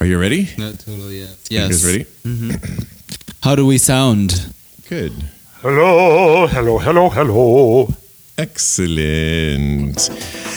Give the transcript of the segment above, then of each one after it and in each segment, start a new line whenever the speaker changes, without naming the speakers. Are you ready?
Not totally yet.
You
Yes.
guys ready?
How do we sound?
Good.
Hello, hello, hello, hello.
Excellent.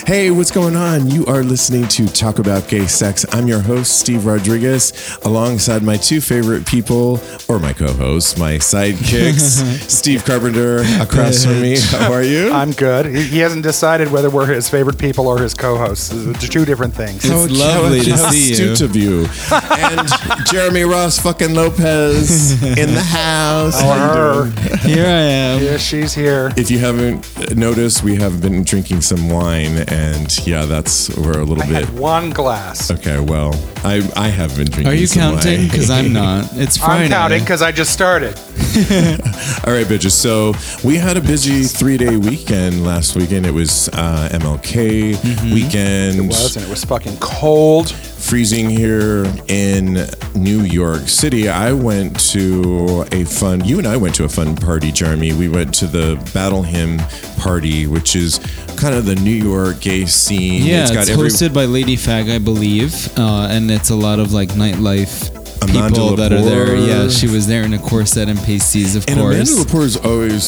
Hey, what's going on? You are listening to Talk About Gay Sex. I'm your host, Steve Rodriguez, alongside my two favorite people, or my co hosts, my sidekicks, Steve Carpenter across from me. How are you?
I'm good. He he hasn't decided whether we're his favorite people or his co-hosts. It's two different things.
It's lovely to
how
see you.
Oh, astute of you. And Jeremy Ross fucking Lopez in the house.
Or her.
Here I am.
Yeah, she's here.
If you haven't noticed, we have been drinking some wine, and yeah, that's we're a little
I
bit.
had one glass.
Okay, well, I I have been drinking.
Are you
some
counting?
wine.
Because I'm not. It's Friday.
I'm counting because I just started.
All right, bitches. So we had a busy three day weekend last weekend. It was uh, MLK
Mm-hmm.
weekend.
It was, and it was fucking cold.
freezing here in New York City. I went to a fun, you and I went to a fun party, Jeremy. We went to the Battle Hymn Party, which is kind of the New York gay scene.
Yeah, it's,
every-
hosted by Lady Fag, I believe, uh, and it's a lot of like nightlife
Amanda
people that are there.
Lepore.
Yeah, she was there in a corset and pasties, of
And Amanda
course.
Lepore is always,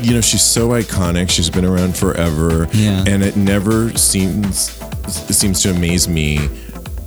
you know, she's so iconic. She's been around forever,
Yeah.
and it never seems seems to amaze me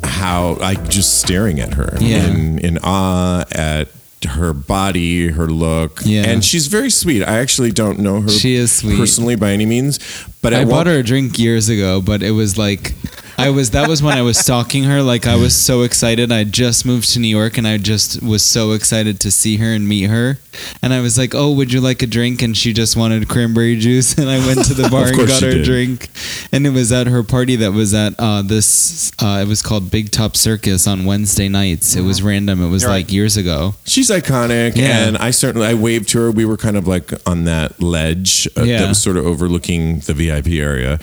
how like just staring at her
Yeah.
in in awe at her body, her look,
Yeah.
and she's very sweet. I actually don't know her.
She is sweet.
personally by any means, but
I
at one-
bought her a drink years ago, but it was like. I was that was when I was stalking her like I was so excited I just moved to New York and I just was so excited to see her and meet her and I was like oh would you like a drink and she just wanted cranberry juice and I went to the bar and
course
got
she
her a
did.
drink and it was at her party that was at uh, this uh, it was called Big Top Circus on Wednesday nights it was random it was
You're
like
right.
years ago
She's iconic,
Yeah.
and I certainly I waved to her. We were kind of like on that ledge uh,
Yeah. Mm-hmm.
that was sort of overlooking the VIP area,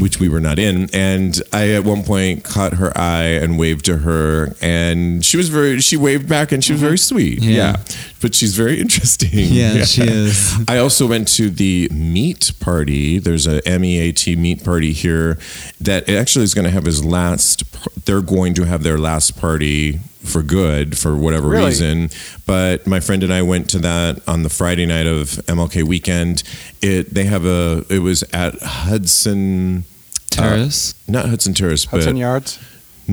which we were not in. And I at one point caught her eye and waved to her, and she was very she waved back, and she was very sweet.
Mm-hmm. Yeah.
but she's very interesting.
Yeah, she is.
I also went to the meat party. There's a MEAT meat party here that actually is going to have his last. They're going to have their last party for good for whatever
Really?
reason. But my friend and I went to that on the Friday night of MLK weekend. It they have a. It was at Hudson, Uh,
Terrace
not Hudson Terrace,
Hudson
but
Yards.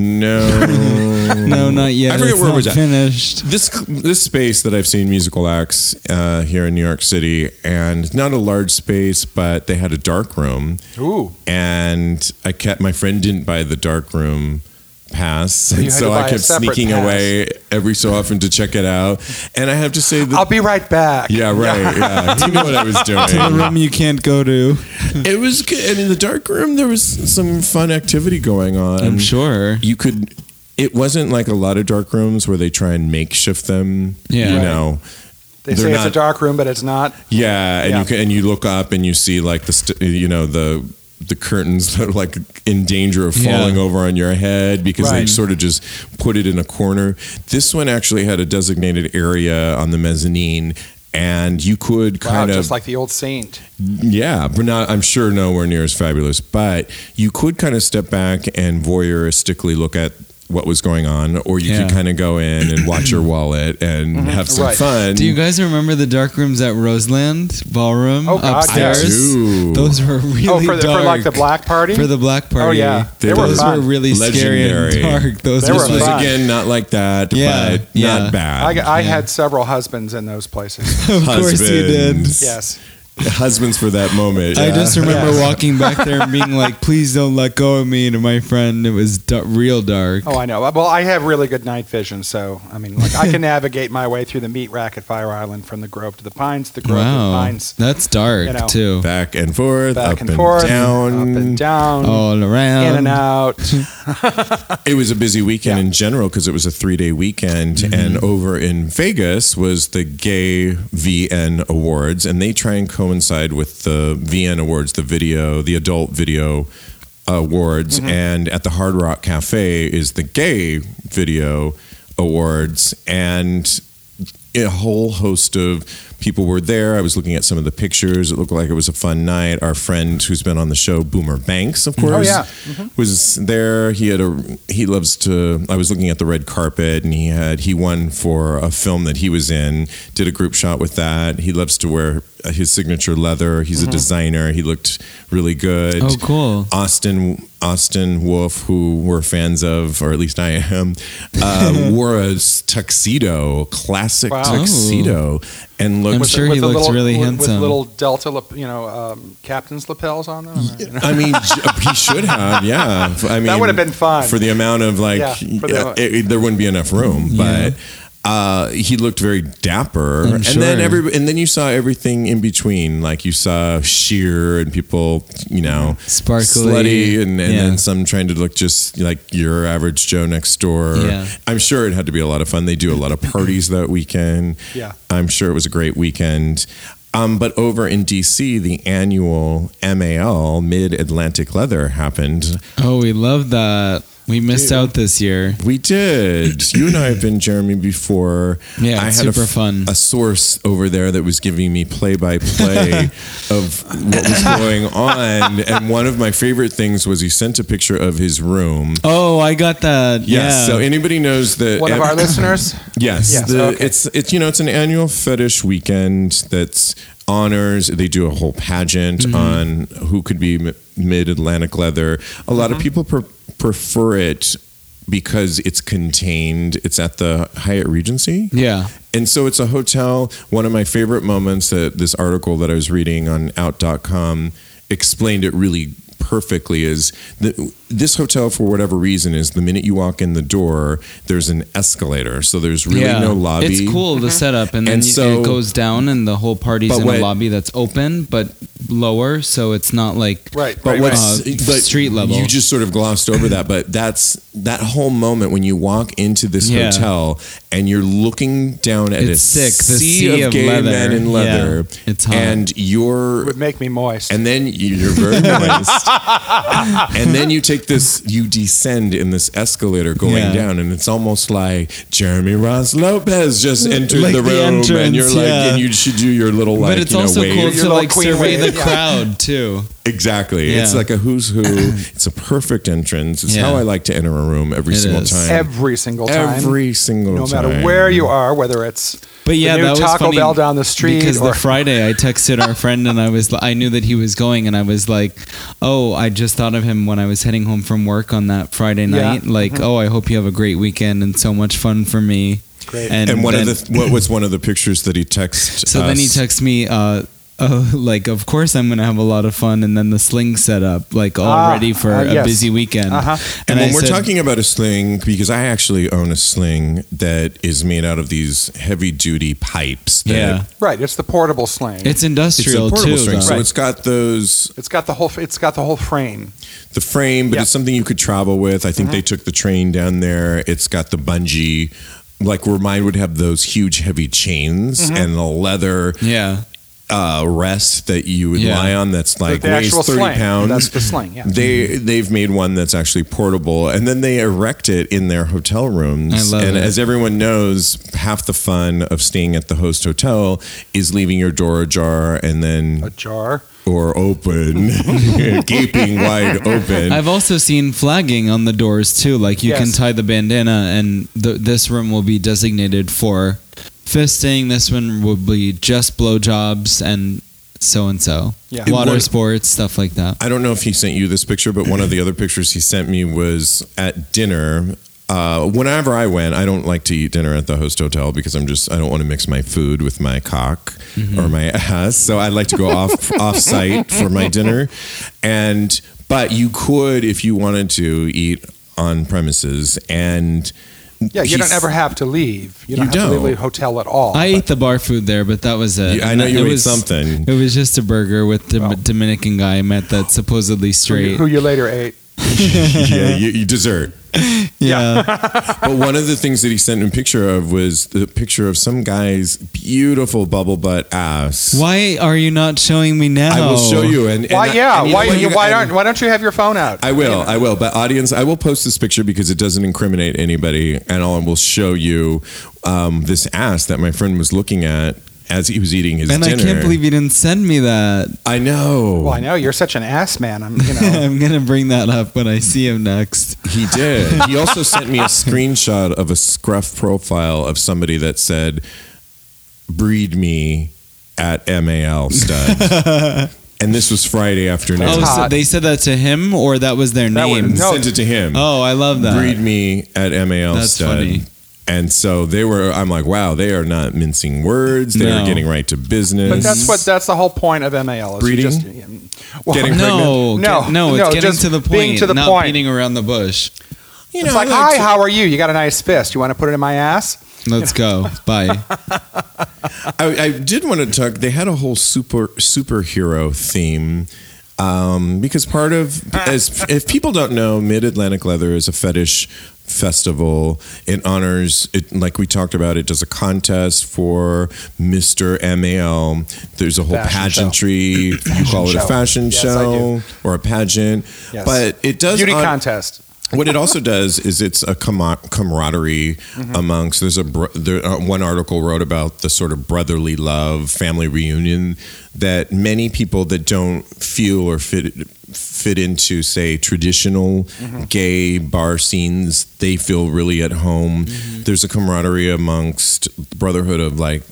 no,
no not yet
I forget
it's
where it
not
was at.
finished
this this space that I've seen musical acts uh, here in New York City, and not a large space, but they had a dark room,
Ooh.
and I kept my friend didn't buy the dark room pass,
you
and
had
so
to buy
I
a
kept
separate
sneaking
pass.
away every so often to check it out, and I have to say
I'll
that.
be right back.
Yeah, right. Yeah, you know what I was
the
doing.
room you can't go to
It was good. And in the dark room, there was some fun activity going on.
I'm sure
you could it wasn't like a lot of dark rooms where they try and makeshift them
Yeah.
you
Right.
know
They
They're
say
not-
it's a dark room, but it's not.
yeah and
Yeah.
you can and you look up and you see like the st- you know the the curtains that are like in danger of
Yeah.
falling over on your head because they
Right.
sort of just put it in a corner this one actually had a designated area on the mezzanine and you could
Wow,
kind of
just like the old saint.
yeah, but not, I'm sure nowhere near as fabulous. But you could kind of step back and voyeuristically look at what was going on, or you
Yeah.
could kind of go in and watch your wallet and have some
Mm-hmm. Right.
fun.
Do you guys remember the dark rooms at Roseland Ballroom
Oh, God,
upstairs?
yes. I do.
Those were really
oh, for, the,
dark.
for like the black party.
for the black party.
Oh yeah,
They
they
were
were
those were
fun.
really
Legendary.
scary and dark. Those
They
were,
were
this was
like,
fun.
again not like that,
Yeah,
but
yeah.
not bad.
I, I had several husbands in those places.
of course you did.
Husbands.
yes.
Husbands for that moment.
I
yeah.
just remember
Yes.
walking back there and being like, "Please don't let go of me." To my friend, it was du- real dark.
Oh, I know. Well, I have really good night vision, so I mean, like I can navigate my way through the meat rack at Fire Island from the Grove to the Pines, the Grove to the
wow,
Pines,
that's dark
You know.
too.
back and forth,
back
up
and forth,
down, Oh, um,
up and down,
All around.
in and out.
It was a busy weekend
Yeah. Mm-hmm.
in general because it was a three day weekend. And over in Vegas was the Gay VN Awards, and they try and coincide with the VN Awards, the video, the adult video awards.
Mm-hmm.
And at the Hard Rock Cafe is the Gay Video Awards. And a whole host of people were there. I was looking at some of the pictures. It looked like it was a fun night. Our friend who's been on the show, Boomer Banks, of course,
Mm-hmm. Oh, yeah.
Mm-hmm. was there. He had a he loves to. I was looking at the red carpet, and he had he won for a film that he was in. Did a group shot with that. He loves to wear his signature leather. He's a designer. He looked really good.
Oh, cool.
Austin Austin Wolf, who we're fans of, or at least I am, uh, wore a s- tuxedo, classic
Wow.
tuxedo, and looked.
I'm sure he
a
looks really
with,
handsome.
With little Delta, lap- you know, um, captain's lapels on them. You know?
I mean, j- he should have. Yeah, I mean,
would have been fun.
for the amount of like.
Yeah, for the-
uh, it- it- there wouldn't be enough room,
Yeah.
but. Uh, he looked very dapper,
I'm
and then
sure.
every and then you saw everything in between. Like you saw sheer and people, you know,
Sparkly.
slutty, and, and
Yeah.
then some trying to look just like your average Joe next door.
Yeah.
I'm sure it had to be a lot of fun. They do a lot of parties that weekend.
Yeah.
I'm sure it was a great weekend. Um, but over in DC, the annual MAL Mid Atlantic Leather happened.
Oh, we love that. We missed out this year.
We did. You and I have been Jeremy before.
Yeah,
I
it's
a
super
f-
fun.
A source over there that was giving me play by play of what was going on, and one of my favorite things was he sent a picture of his room.
Oh, I got that.
Yes.
Yeah.
So anybody knows that
One of our
ev-
listeners.
Yes,
Yes,
the,
okay.
it's it's you know it's an annual fetish weekend that's honors. They do a whole pageant
Mm-hmm.
on who could be m- mid Atlantic leather. A lot
Mm-hmm.
of people pre- prefer it because it's contained. It's at the Hyatt Regency.
yeah.
And so it's a hotel. One of my favorite moments that this article that I was reading on out.com explained it really perfectly is that this hotel for whatever reason is the minute you walk in the door there's an escalator so there's really
yeah.
no lobby
It's cool
Mm-hmm.
the setup, and then
And
y-
so-
it goes down, and the whole party's
But
in
what-
a lobby that's open but lower, so it's not like
Right.
But
right,
what's
right.
Uh,
but
street level.
You just sort of glossed over that, but that's that whole moment when you walk into this
Yeah.
hotel and you're looking down at
It's
a
sick, the
sea,
sea
of,
of
gay
leather.
men in
Yeah.
leather,
It's hot.
and you're
would make me moist.
and then you're very moist, and then you take this, you descend in this escalator going
Yeah.
down, and it's almost like Jeremy Ross Lopez just entered
Like
the
the
room, and
entrance,
you're like,
yeah.
and you should do your little like,
but it's
you know,
also
wave.
cool
Your
to
little
like
queen
survey
wave,
the
yeah.
crowd too.
Exactly. It's
Yeah.
like a who's who. It's a perfect entrance. It's
Yeah.
how I like to enter a room every
It
single
is.
time.
every single time.
Every single
no
time.
matter where you are, whether it's
But yeah,
the new
that was
Taco
funny
Bell down the street
Because
or
the Friday I texted our friend and I was I knew that he was going and I was like, "Oh, I just thought of him when I was heading home from work on that Friday
Yeah. Mm-hmm.
night. Like, oh, I hope you have a great weekend and so much fun for me."
Great.
And one
then-
of the what was one of the pictures that he texted.
So then he
us?
texts me, uh, oh, like, of course I'm going to have a lot of fun. And then the sling set up, like, all
Ah,
ready for
uh,
a
yes.
busy weekend.
Uh-huh.
And, when
I
we're
said-
talking about a sling, because I actually own a sling that is made out of these heavy duty pipes. That
yeah,
right, it's the portable sling.
it's
It's a
industrial
portable
too.
string,
though.
so it's got those
it's got the whole. It's got the whole frame.
the frame, but
Yeah.
it's something you could travel with. I think they
Uh-huh.
took the train down there. It's got the bungee, like where mine would have those huge heavy chains
Mm-hmm.
and the leather
yeah.
uh, rest that you would
Yeah.
lie on that's like
the
weighs
actual
30
sling.
pounds.
That's the sling, yeah.
They they've made one that's actually portable and then they erect it in their hotel rooms.
I love
and
it.
as everyone knows, half the fun of staying at the host hotel is leaving your door ajar and
A
then
jar.
or open, gaping wide open.
I've also seen flagging on the doors too. Like you can
Yes.
tie the bandana, and th- this room will be designated for fisting. This one will be just blowjobs and so and so.
Yeah. It
Water
would-
sports, stuff like that.
I don't know if he sent you this picture, but one of the other pictures he sent me was at dinner. Uh, whenever I went, I don't like to eat dinner at the host hotel because I'm just I don't want to mix my food with my cock or my ass. So I like to go off off site for my dinner, and but you could if you wanted to eat on premises and
Yeah, you
he's-
don't ever have to leave. You don't
You
have to
don't.
leave a hotel at all.
I ate the bar food there, but that was it.
You- I know
And
you
Uh, it
ate
was-
something.
It was just a burger with the
Well.
Dominican guy I met that's supposedly
who you-
straight.
who you later ate.
yeah, you, you dessert.
yeah.
but one of the things that he sent me a picture of was the picture of some guy's beautiful bubble butt ass.
Why are you not showing me now?
I will show you. And, and
Why?
I-
Yeah.
and you
why?
know what,
You,
you-
why
and
aren't? Why don't you have your phone out?
I will. I will. But audience, I will post this picture because it doesn't incriminate anybody, and all I will show you um, this ass that my friend was looking at. as he was eating his
and
dinner.
I can't believe you didn't send me that.
I know.
Well, I know you're such an ass man. I'm, you know,
I'm gonna bring that up when I see him next.
He did. he also sent me a screenshot of a scruff profile of somebody that said, "Breed me at MAL stud." and this was Friday afternoon.
Oh, so
hot.
they said that to him, or that was their
That was-
name.
I
no.
sent it to him.
Oh, I love that.
Breed me at MAL
That's
stud.
funny.
And so they were. I'm like, wow, they are not mincing words. They
No.
are getting right to business.
but that's what that's the whole point of MAL. Is you
Breeding?
just, well,
Getting
No,
pregnant?
get-
No,
no, it's
no,
getting
just
to the point.
being to the
not
point.
beating around the bush.
you
It's like, hi, how are you? You got a nice fist. You want to put it in my ass?
Let's go. Bye.
I, I did want to talk. They had a whole super superhero theme um, because part of as if people don't know, Mid Atlantic Leather is a fetish festival. It honors it, like we talked about. It does a contest for Mister Mal. There's a whole
Fashion show.
pageantry. you call it
show.
a fashion
Yes, I
show or a pageant,
Yes.
but it does
Beauty
hon-
contest.
what it also does is it's a camar- camaraderie amongst. There's a br- there, uh, one article wrote about the sort of brotherly love, family reunion that many people that don't feel or fit fit into, say, traditional gay bar scenes, they feel really at home. There's a camaraderie amongst brotherhood of like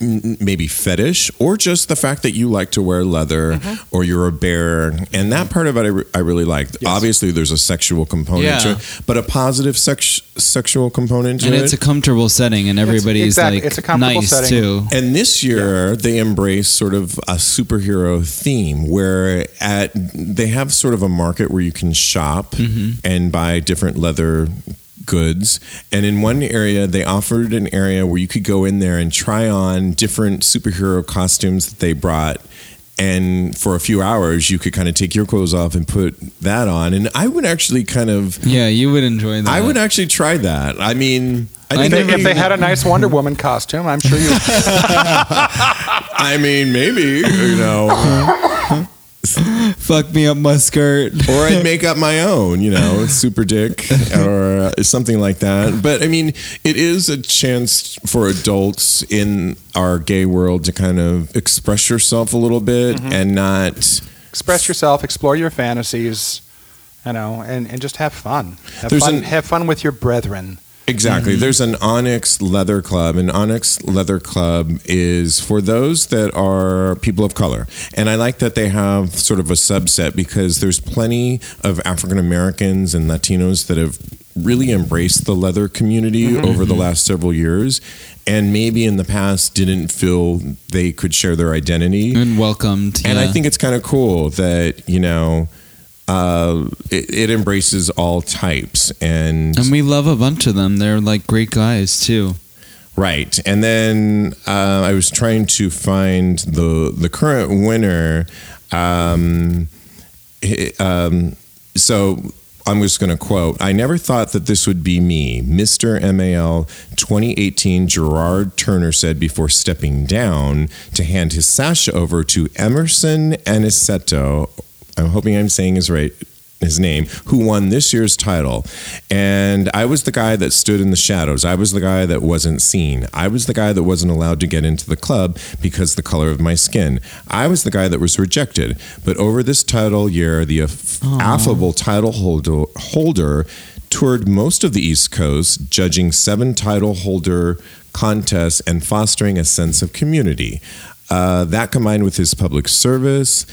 n- maybe fetish or just the fact that you like to wear leather
Mm-hmm.
or you're a bear and that part of it i, re- I really liked obviously there's a sexual component to
Yeah.
it but a positive sex- sexual component to
and
it
it's a comfortable setting, and everybody's
exactly.
like
It's a comfortable
nice
setting.
too.
and this year they embrace sort of a superhero theme where at they have sort of a market where you can shop
Mm-hmm.
and buy different leather goods and in one area they offered an area where you could go in there and try on different superhero costumes that they brought and for a few hours you could kind of take your clothes off and put that on and i would actually kind of
Yeah, you would enjoy that.
i would actually try that i mean
I
think
know
that
you-
would
If they had a nice Wonder Woman costume, I'm sure you.
I mean, maybe you know,
fuck me up my skirt.
or I'd make up my own, you know, super dick or uh, something like that. But I mean, it is a chance for adults in our gay world to kind of express yourself a little bit and not.
express yourself, explore your fantasies, you know, and, and just have fun. Have
There's
fun,
an-
have fun with your brethren.
Exactly. There's an Onyx Leather Club, and Onyx Leather Club is for those that are people of color. And I like that they have sort of a subset because there's plenty of African Americans and Latinos that have really embraced the leather community over the last several years and maybe in the past didn't feel they could share their identity.
And welcomed.
And I
Mm-hmm. yeah.
think it's kind of cool that, you know, uh, it, it embraces all types and
And we love a bunch of them. They're like great guys too.
Right, and then uh, I was trying to find the the current winner. Um, he- um, so I'm just going to quote: "I never thought that this would be me." Mister Mal 2018 Gerard Turner said before stepping down to hand his sash over to Emerson Aniceto. I'm hoping I'm saying his right his name, who won this year's title. And I was the guy that stood in the shadows. I was the guy that wasn't seen. I was the guy that wasn't allowed to get into the club because the color of my skin. I was the guy that was rejected. But over this title year, the aff- affable title holder, holder toured most of the East Coast, judging seven title holder contests and fostering a sense of community. Uh, that combined with his public service,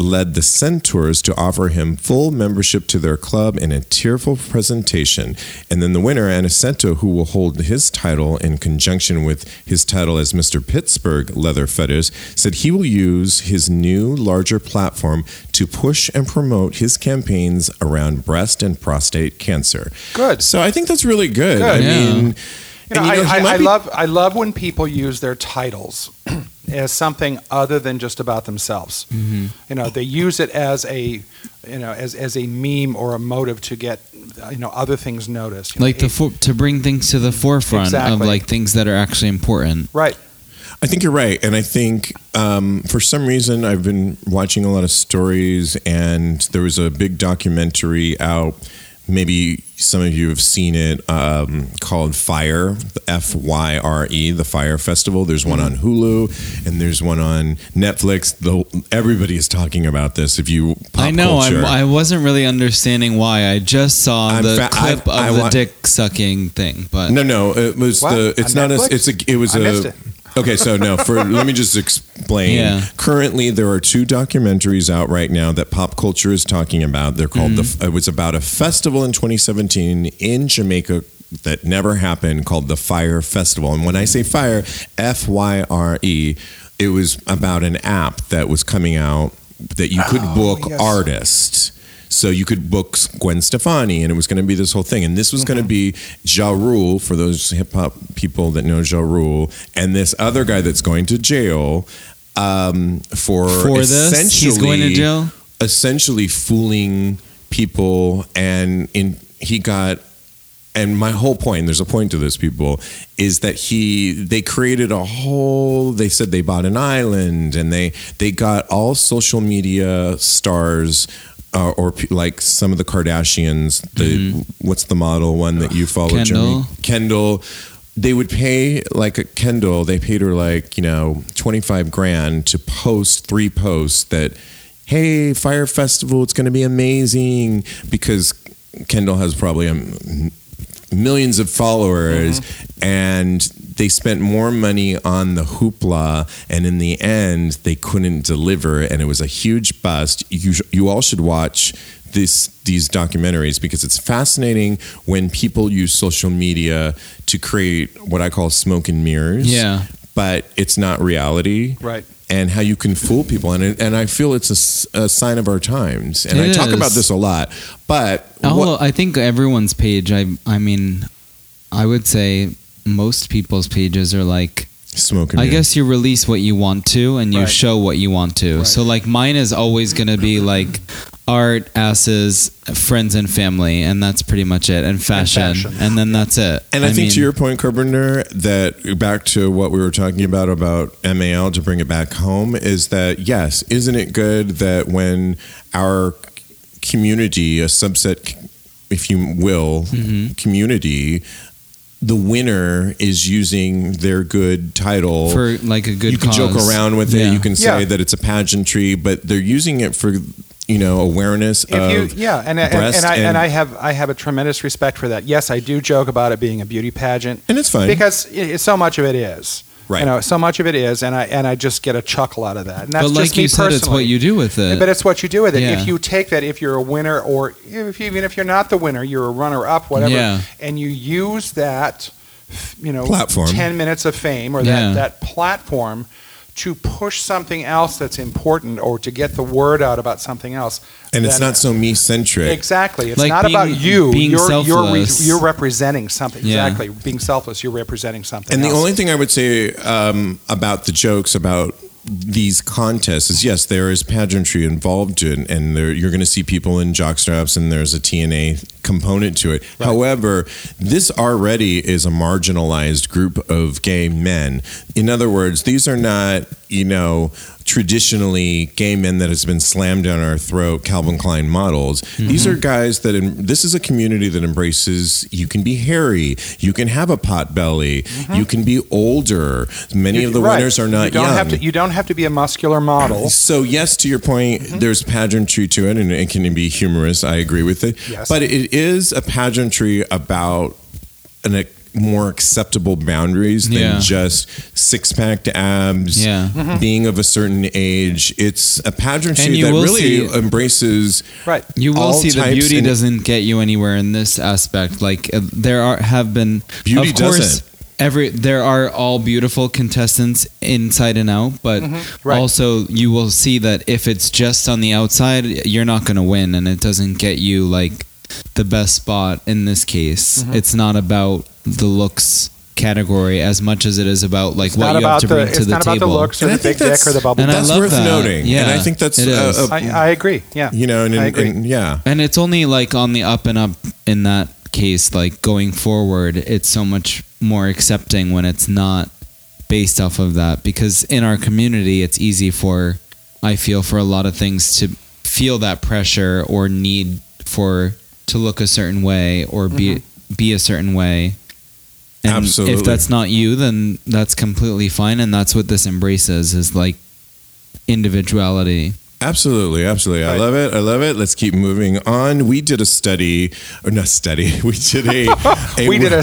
led the centaurs to offer him full membership to their club in a tearful presentation and then the winner anacento who will hold his title in conjunction with his title as mr pittsburgh leather fetters said he will use his new larger platform to push and promote his campaigns around breast and prostate cancer
Good.
so i think that's really good,
Good.
i
Yeah.
mean
You know,
and, you know, he
I, I,
might
I
be-
love I love when people use their titles as something other than just about themselves.
Mm-hmm.
You know, they use it as a you know as, as a meme or a motive to get uh, you know other things noticed. You know,
Like to
it-
for, to bring things to the forefront of
Exactly.
like things that are actually important.
right.
I think you're right, and I think um, for some reason I've been watching a lot of stories, and there was a big documentary out maybe some of you have seen it um, called Fire, F Y R E, the Fire Festival. There's one on Hulu and there's one on Netflix. The, everybody is talking about this. If you pop
I know.
culture,
I'm, I wasn't really understanding why. I just saw
I'm
the
fa-
clip
I- I
of the
want-
dick sucking thing, but
No, no, it was
What?
the. It's not
On Netflix?
a. It's a. It was
I
a.
missed it.
Okay, so no. For let me just explain.
Yeah.
Currently, there are two documentaries out right now that pop culture is talking about. They're called
Mm.
the. It was about a festival in 2017 in Jamaica that never happened called the Fire Festival. And when I say fire, F Y R E, it was about an app that was coming out that you could book
Oh, yes.
artists. So you could book Gwen Stefani, and it was going to be this whole thing. And this was going to be Ja Rule, for those hip hop people that know Ja Rule, and this other guy that's going to jail um, for,
for this, he's going to
essentially-
jail.
Essentially fooling people, and in he got. And my whole point, there's a point to this, people, is that he they created a whole. They said they bought an island, and they they got all social media stars uh, or pe- like some of the Kardashians. The what's the model one that you follow, Jeremy?
Kendall.
Kendall. They would pay like a Kendall. They paid her like you know twenty five grand to post three posts that hey fire festival it's going to be amazing because Kendall has probably um, millions of followers
Mm-hmm.
and they spent more money on the hoopla and in the end they couldn't deliver and it was a huge bust you sh- you all should watch this these documentaries because it's fascinating when people use social media to create what I call smoke and mirrors
Yeah.
but it's not reality
Right.
and how you can fool people and it, and I feel it's a s- a, sign of our times and I
It
talk
is.
about this a lot but
Although I think everyone's page. I I mean, I would say most people's pages are like
smoke and
I
mirrors.
guess you release what you want to and you
Right.
show what you want to.
Right.
So like mine is always going to be like art, asses, friends and family and that's pretty much it and fashion and,
fashion.
then that's it.
And I, think
mean,
to your point, Carpenter, that back to what we were talking about about MAL to bring it back home is that yes, isn't it good that when our community, a subset, if you will,
Mm-hmm.
community, the winner is using their good title
for like a good
you can joke
cause.
around with it.
Yeah.
You can say
Yeah.
that it's a pageantry, but they're using it for you know awareness
If
of
you, yeah, and, and, and,
breast
I, and,
and-
I have I have a tremendous respect for that. Yes, I do joke about it being a beauty pageant
and it's fine.
because i so much of it is.
Right.
You know, so much of it is, and I and I just get a chuckle out of that. And that's
But
just
like
me
you said it's what
personally.
you do with it.
But it's what you do with it.
Uh, Yeah.
If you take that, if you're a winner, or if you, even if you're not the winner, you're a runner-up, whatever,
Yeah.
and you use that, you know,
Platform.
ten minutes of fame or
Yeah.
that that platform to push something else that's important, or to get the word out about something else.
and it's
then-
not so me centric.
Exactly. It's
Like
not
being-
about you.
being
you're, You're, re-
selfless.
you're representing something.
Yeah.
Exactly. Being selfless, you're representing something.
And the
else.
only thing I would say um, about the jokes about these contests is yes, there is pageantry involved in, and there, you're going to see people in jockstraps, and there's a TNA component to it. However, this already is a marginalized group of gay men. In other words, these are not, you know, traditionally gay men that has been slammed down our throat, Calvin Klein models. These
Mm-hmm.
are guys that em this is a community that embraces you can be hairy, you can have a pot belly, you can be older. Many
You-
of the
Mm-hmm. right.
winners are not
you don't
young.
Have to, you don't have to be a muscular model.
So yes, to your point,
Mm-hmm.
there's pageantry to it, and it can be humorous. I agree with it,
Yes.
but it is a pageantry about an, a more acceptable boundaries than
Yeah.
just six packed abs, Mm-hmm.
Yeah.
being of a certain age. It's a
And
pageantry
you
that
will
really
see-
embraces
Right.
You will
all
see the
types
beauty
and-
doesn't get you anywhere in this aspect. Like uh, there are have been
Beauty
of course,
doesn't.
Every there are all beautiful contestants inside and out, but
Mm-hmm. Right.
also you will see that if it's just on the outside, you're not going to win, and it doesn't get you like the best spot in this case.
Mm-hmm.
It's not about the looks category as much as it is about like
not
what you
about
have to bring
the,
to
it's
the
not
table.
about the looks or
And I
the
think
big dick
that's-
or the bubble.
and I
butt.
That's
love
worth
that.
noting, and
Yeah,
I think that's
it
a-
is.
a-
I, I agree. Yeah.
you know, and, and-
I agree.
and- yeah,
And it's only like on the up and up in that case, like going forward, it's so much more accepting when it's not based off of that. Because in our community, it's easy for, I feel, for a lot of things to feel that pressure or need for to look a certain way or be
Mm-hmm.
be a certain way. And
Absolutely.
if that's not you, then that's completely fine and that's what this embraces is like individuality.
Absolutely, absolutely. I
Right.
love it. I love it. Let's keep moving on. We did a study, or not study. We did a. a
We did a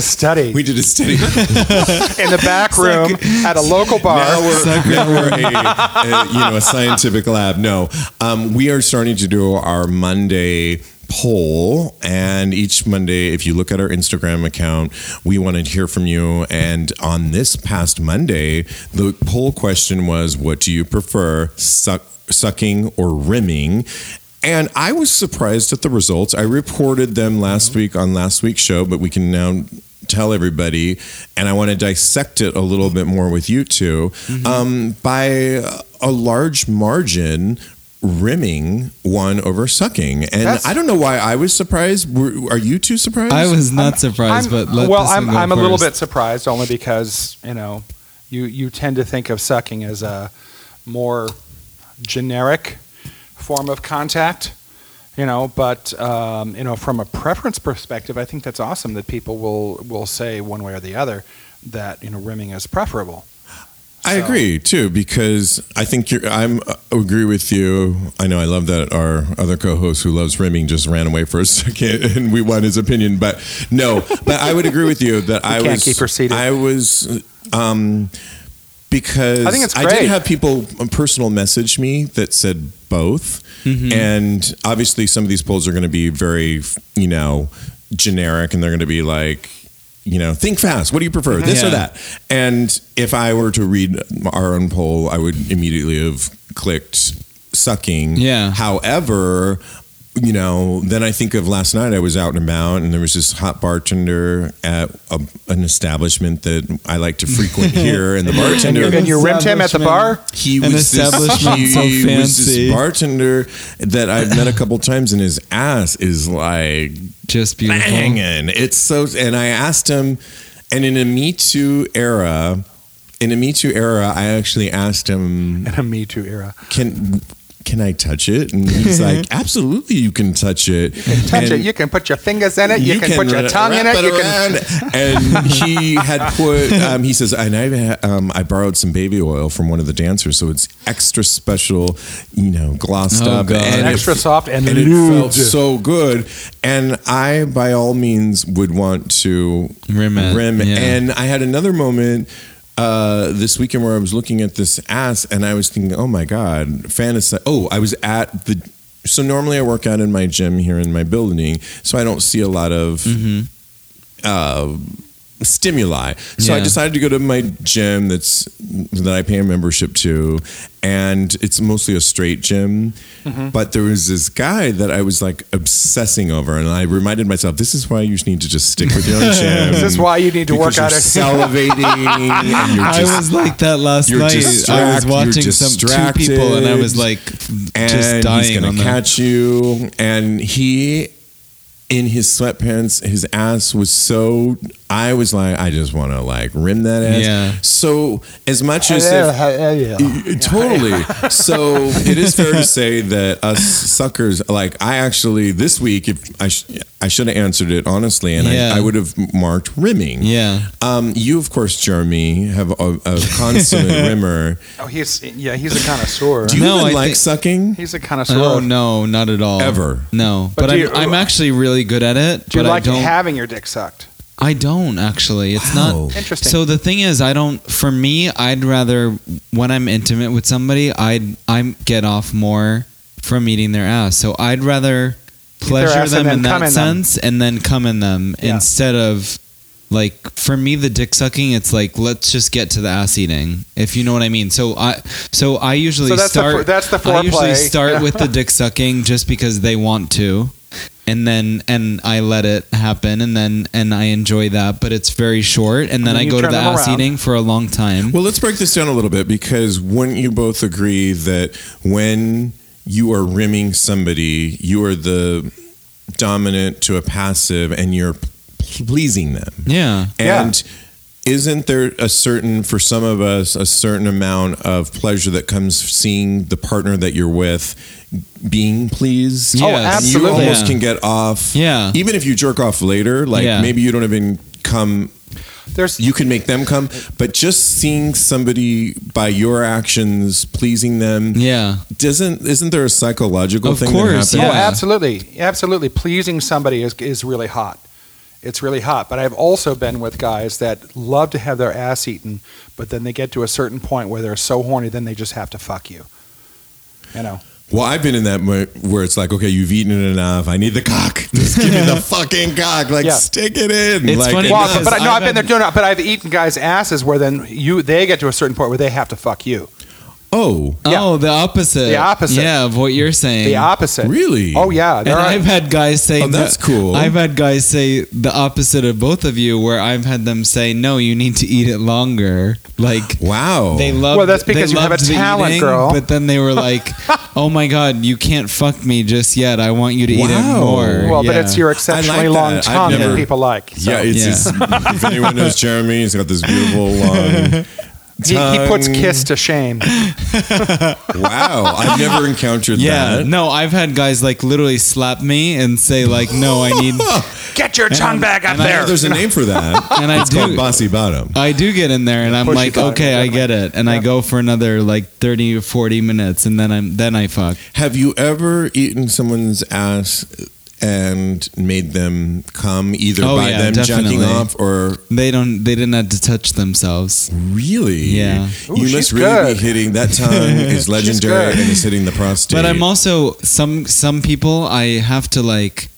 study
We did a study.
in the back room at a local bar.
Now we're, now we're a, a, you know, a scientific lab. No, um, we are starting to do our Monday poll and each monday if you look at our instagram account we want to hear from you and on this past monday the poll question was what do you prefer suck, sucking or rimming and i was surprised at the results i reported them last week on last week's show but we can now tell everybody, and I want to dissect it a little bit more with you 2 Um, by a large margin, rimming one over sucking, and
That's-
I don't know why I was surprised. Were, are you too surprised?
I was not surprised,
I'm-
but let
well,
this
I'm,
one go
I'm a little
first.
bit surprised only because you know you you tend to think of sucking as a more generic form of contact, you know. But um, you know, from a preference perspective, I think that's awesome that people will will say one way or the other that you know rimming is preferable.
I
So-
agree too because I think you're. I'm I agree with you. I know I love that our other co-host who loves rimming just ran away for a second, and we want his opinion. But no, but I would agree with you that I
can't
was.
keep her seated.
I was. Um, because
I think it's
did
great.
have people um, personal message me that said both,
Mm-hmm.
and obviously some of these polls are going to be very you know generic, and they're going to be like you know think fast. What do you prefer, this or
Mm-hmm. Yeah.
that? And if I were to read our own poll, I would immediately have clicked sucking.
Yeah.
However, you know, then I think of last night I was out and about and there was this hot bartender at a, an establishment that I like to frequent here. And the
And,
bartender.
you and you rimmed him at the bar.
He was
An
this,
establishment
he
so
was
fancy.
this bartender that I've met a couple times, and his ass is like
Just beautiful.
banging. It's so. And I asked him, and in a Me Too era, in a Me Too era, I actually asked him,
In a Me Too era,
"Can can I touch it?" And he's like, "Absolutely, you can touch it. You can
touch it. You can put your fingers in it. You, can, put your
wrap-
tongue in
wrap
it. You can
around. and he had put. Um, he says, and I, ha- um, I borrowed some baby oil from one of the dancers, so it's extra special, you know, glossed
Oh,
up,
God.
and
extra
it,
soft and,
and it
lube.
felt so good. And I, by all means, would want to
Rim it,
rim.
yeah.
And I had another moment. Uh, this weekend, where I was looking at this ass, and I was thinking, "Oh my god, fantasy!" Oh, I was at the so normally I work out in my gym here in my building, so I don't see a lot of
Mm-hmm.
uh, stimuli. So I
Yeah.
decided to go to my gym that's that I pay a membership to, and it's mostly a straight gym.
Mm-hmm.
But there was this guy that I was like obsessing over, and I reminded myself, this is why you need to just stick with your own gym.
This is why you need to
Because
work out
you're
at-
salivating. and you're
I
just
was like that last
you're
night. I
distract-
was
you're
watching some two people and I was
distracted,
like
and
just dying
he's gonna
on that.
catch you and he in his sweatpants his ass was so i was like i just want to like rim that ass
Yeah.
so as much as if, totally so it is fair to say that us suckers like i actually this week if i, sh- I should have answered it honestly and
Yeah.
I, I would have marked rimming
Yeah.
um, you of course jeremy have a, a consummate rimmer
Oh, he's yeah, he's a connoisseur.
do you
No,
even
I
like
think-
sucking
he's a connoisseur.
Oh no, not at all.
Ever.
No.
But
But,
do
I'm,
you-
I'm actually really good at it.
Do you
but
like
I don't
having your dick sucked?
I don't actually. It's
Wow.
not
Interesting.
So the thing is, I don't. For me, I'd rather when I'm intimate with somebody, I'd I get off more from eating their ass. So I'd rather
their
pleasure
ass and
them in
then come
that
in them.
sense and then come in them
Yeah.
instead of like for me the dick sucking. It's like let's just get to the ass eating, if you know what I mean. So I so I usually
So that's the
start
fir- that's the
I usually
foreplay.
start with the dick sucking just because they want to and then and I let it happen, and then and I enjoy that, but it's very short, and then
then
I
you
go to
turn
the
them
ass
around.
eating for a long time.
Well, let's break this down a little bit because wouldn't you both agree that when you are rimming somebody, you are the dominant to a passive and you're p- pleasing them?
yeah,
Yeah.
And isn't there a certain for some of us a certain amount of pleasure that comes seeing the partner that you're with being pleased?
Oh,
Yes.
And you
absolutely.
almost
Yeah.
can get off.
Yeah.
Even if you jerk off later, like
Yeah.
maybe you don't even come
There's
you can make them come, but just seeing somebody by your actions pleasing them
Yeah.
doesn't isn't there a psychological
Of
thing
course,
that
Oh,
happens?
Yeah.
absolutely, absolutely. Pleasing somebody is is really hot. It's really hot. But I've also been with guys that love to have their ass eaten, but then they get to a certain point where they're so horny, then they just have to fuck you. You know.
Well, I've been in that mo- where it's like, okay, you've eaten it enough. I need the cock. Just give me the fucking cock. Like,
Yeah.
stick it in.
It's
like,
funny
enough.
Well,
because
but I, no,
I've
I've been there.
had-
No, no, but I've eaten guys' asses where then you they get to a certain point where they have to fuck you.
oh,
Yeah.
Oh, the opposite.
The opposite.
Yeah, of what you're saying.
The opposite.
Really?
Oh yeah.
And
There are,
I've had guys say
Oh, that's
the-
cool.
I've had guys say the opposite of both of you, where I've had them say, "No, you need to eat it longer." Like
wow.
they love.
Oh. Well, that's because you have a talent, girl.
But then they were like, "Oh my god, you can't fuck me just yet. I want you to eat it
Wow.
more."
well, but
Yeah.
it's your exceptionally
that.
long
I've
tongue
never-
that people like. So.
yeah, it's Just, if anyone knows Jeremy, he's got this beautiful long.
he, he puts
tongue.
kiss to shame.
Wow, I've never encountered
Yeah,
that.
no, I've had guys like literally slap me and say like, "No, I need,"
Get your tongue back up
and I-
Yeah,
there.
There's a name for that.
and I
It's called
do.
bossy bottom.
I do get in there and I'm
Push it
like,
back,
okay, I
definitely.
get it. And I
Yeah.
go for another like 30 or 40 minutes and then I'm then I fuck.
Have you ever eaten someone's ass and made them come either
Oh,
by
yeah,
them
definitely.
jacking off or
They don't they didn't have to touch themselves.
Really?
Yeah.
Ooh,
you
she's
must really
good.
be hitting that tongue is legendary
good.
and is hitting the prostate.
But I'm also some some people I have to like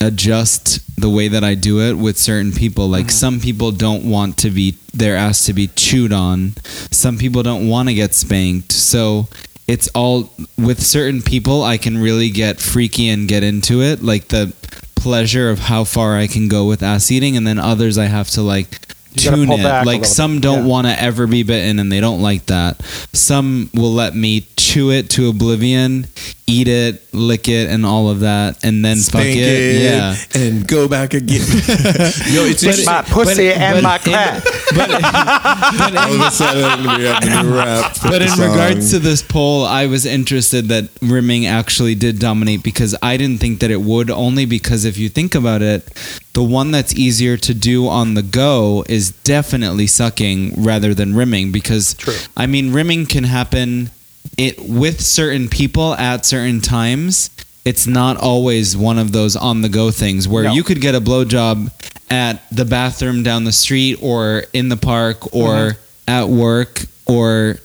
adjust the way that I do it with certain people. Like
Mm-hmm.
some people don't want to be their ass to be chewed on. Some people don't want to get spanked. So it's all with certain people I can really get freaky and get into it. Like the pleasure of how far I can go with ass eating and then others I have to like
You gotta
tune
pull
it.
back a
Like
little
some
bit.
don't
Yeah.
want to ever be bitten and they don't like that. Some will let me chew it to oblivion, eat it, lick it, and all of that, and then
Spank
fuck it. Yeah.
and go back again. Yo, it's
It's
interesting.
my pussy and my crack.
All of a sudden, we have a new rap. for
But
the
in
song.
regards to this poll, I was interested that rimming actually did dominate because I didn't think that it would, only because if you think about it, the one that's easier to do on the go is definitely sucking rather than rimming because,
True.
I mean, rimming can happen it with certain people at certain times. It's not always one of those on the go things where
No.
you could get a blowjob at the bathroom down the street or in the park or
Mm-hmm.
at work or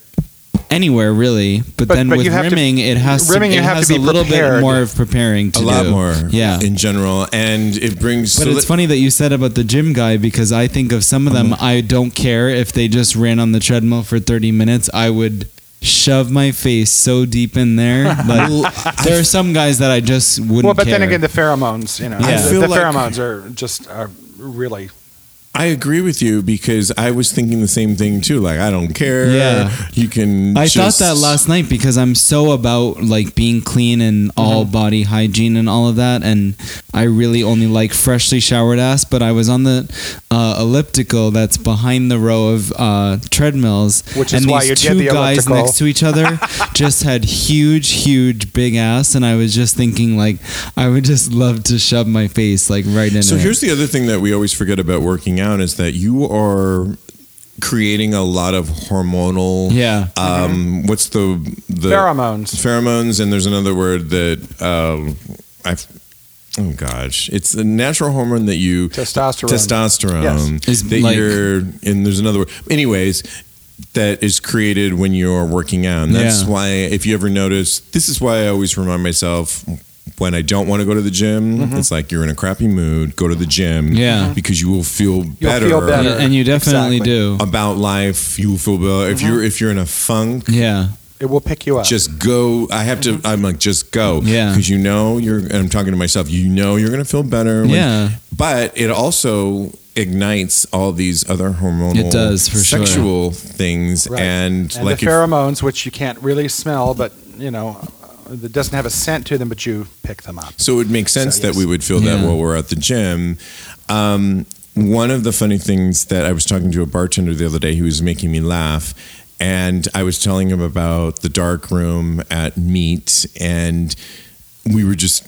anywhere really. But,
But-
then
but
with
you have to-
rimming, it has
rimming,
to,
you
it
have to
has
be
a little bit
prepared.
more of preparing to
a lot
do.
more,
Yeah.
in general, and it brings.
But
so
it's
let-
funny that you said about the gym guy because I think of some of them.
Mm-hmm.
I don't care if they just ran on the treadmill for 30 minutes. I would shove my face so deep in there. Like, there are some guys that I just wouldn't.
Well, but then
care.
again, the pheromones, you know,
Yeah. I
the,
feel
the
like-
pheromones are just are really.
I agree with you because I was thinking the same thing too. Like I don't care.
Yeah.
you can.
I
just-
thought that last night because I'm so about like being clean and all
Mm-hmm.
body hygiene and all of that, and I really only like freshly showered ass. But I was on the uh, elliptical that's behind the row of uh, treadmills,
Which is
and
why
these
you did
two
the
guys
elliptical.
next to each other just had huge, huge, big ass, and I was just thinking like I would just love to shove my face like right in
So
it.
here's the other thing that we always forget about working out is that you are creating a lot of hormonal.
yeah.
Um, what's the the
Pheromones.
Pheromones, and there's another word that um, I. Oh gosh, it's a natural hormone that you
Testosterone.
Testosterone.
Yes.
Is
That
like-
you're and there's another word. Anyways, that is created when you're working out. And that's
Yeah.
why if you ever notice, this is why I always remind myself when I don't want to go to the gym,
Mm-hmm.
it's like you're in a crappy mood, go to the gym.
Yeah.
Because you will feel better,
feel better.
and you definitely
Exactly.
do.
about life. You will feel better.
Mm-hmm.
If you're if you're in a funk,
Yeah.
It will pick you up.
just go. I have to. I'm like, just go.
Yeah.
Because you know you're. And I'm talking to myself. You know you're going to feel better.
Yeah.
But it also ignites all these other hormonal.
It does, for sure.
sexual things
Right.
and,
and
like
the
if-
pheromones, which you can't really smell, but you know, uh, it doesn't have a scent to them, but you pick them up.
so it makes sense
So,
that
yes.
we would feel
Yeah.
that while we're at the gym. Um, one of the funny things that I was talking to a bartender the other day who was making me laugh, and I was telling him about the dark room at Meat, and we were just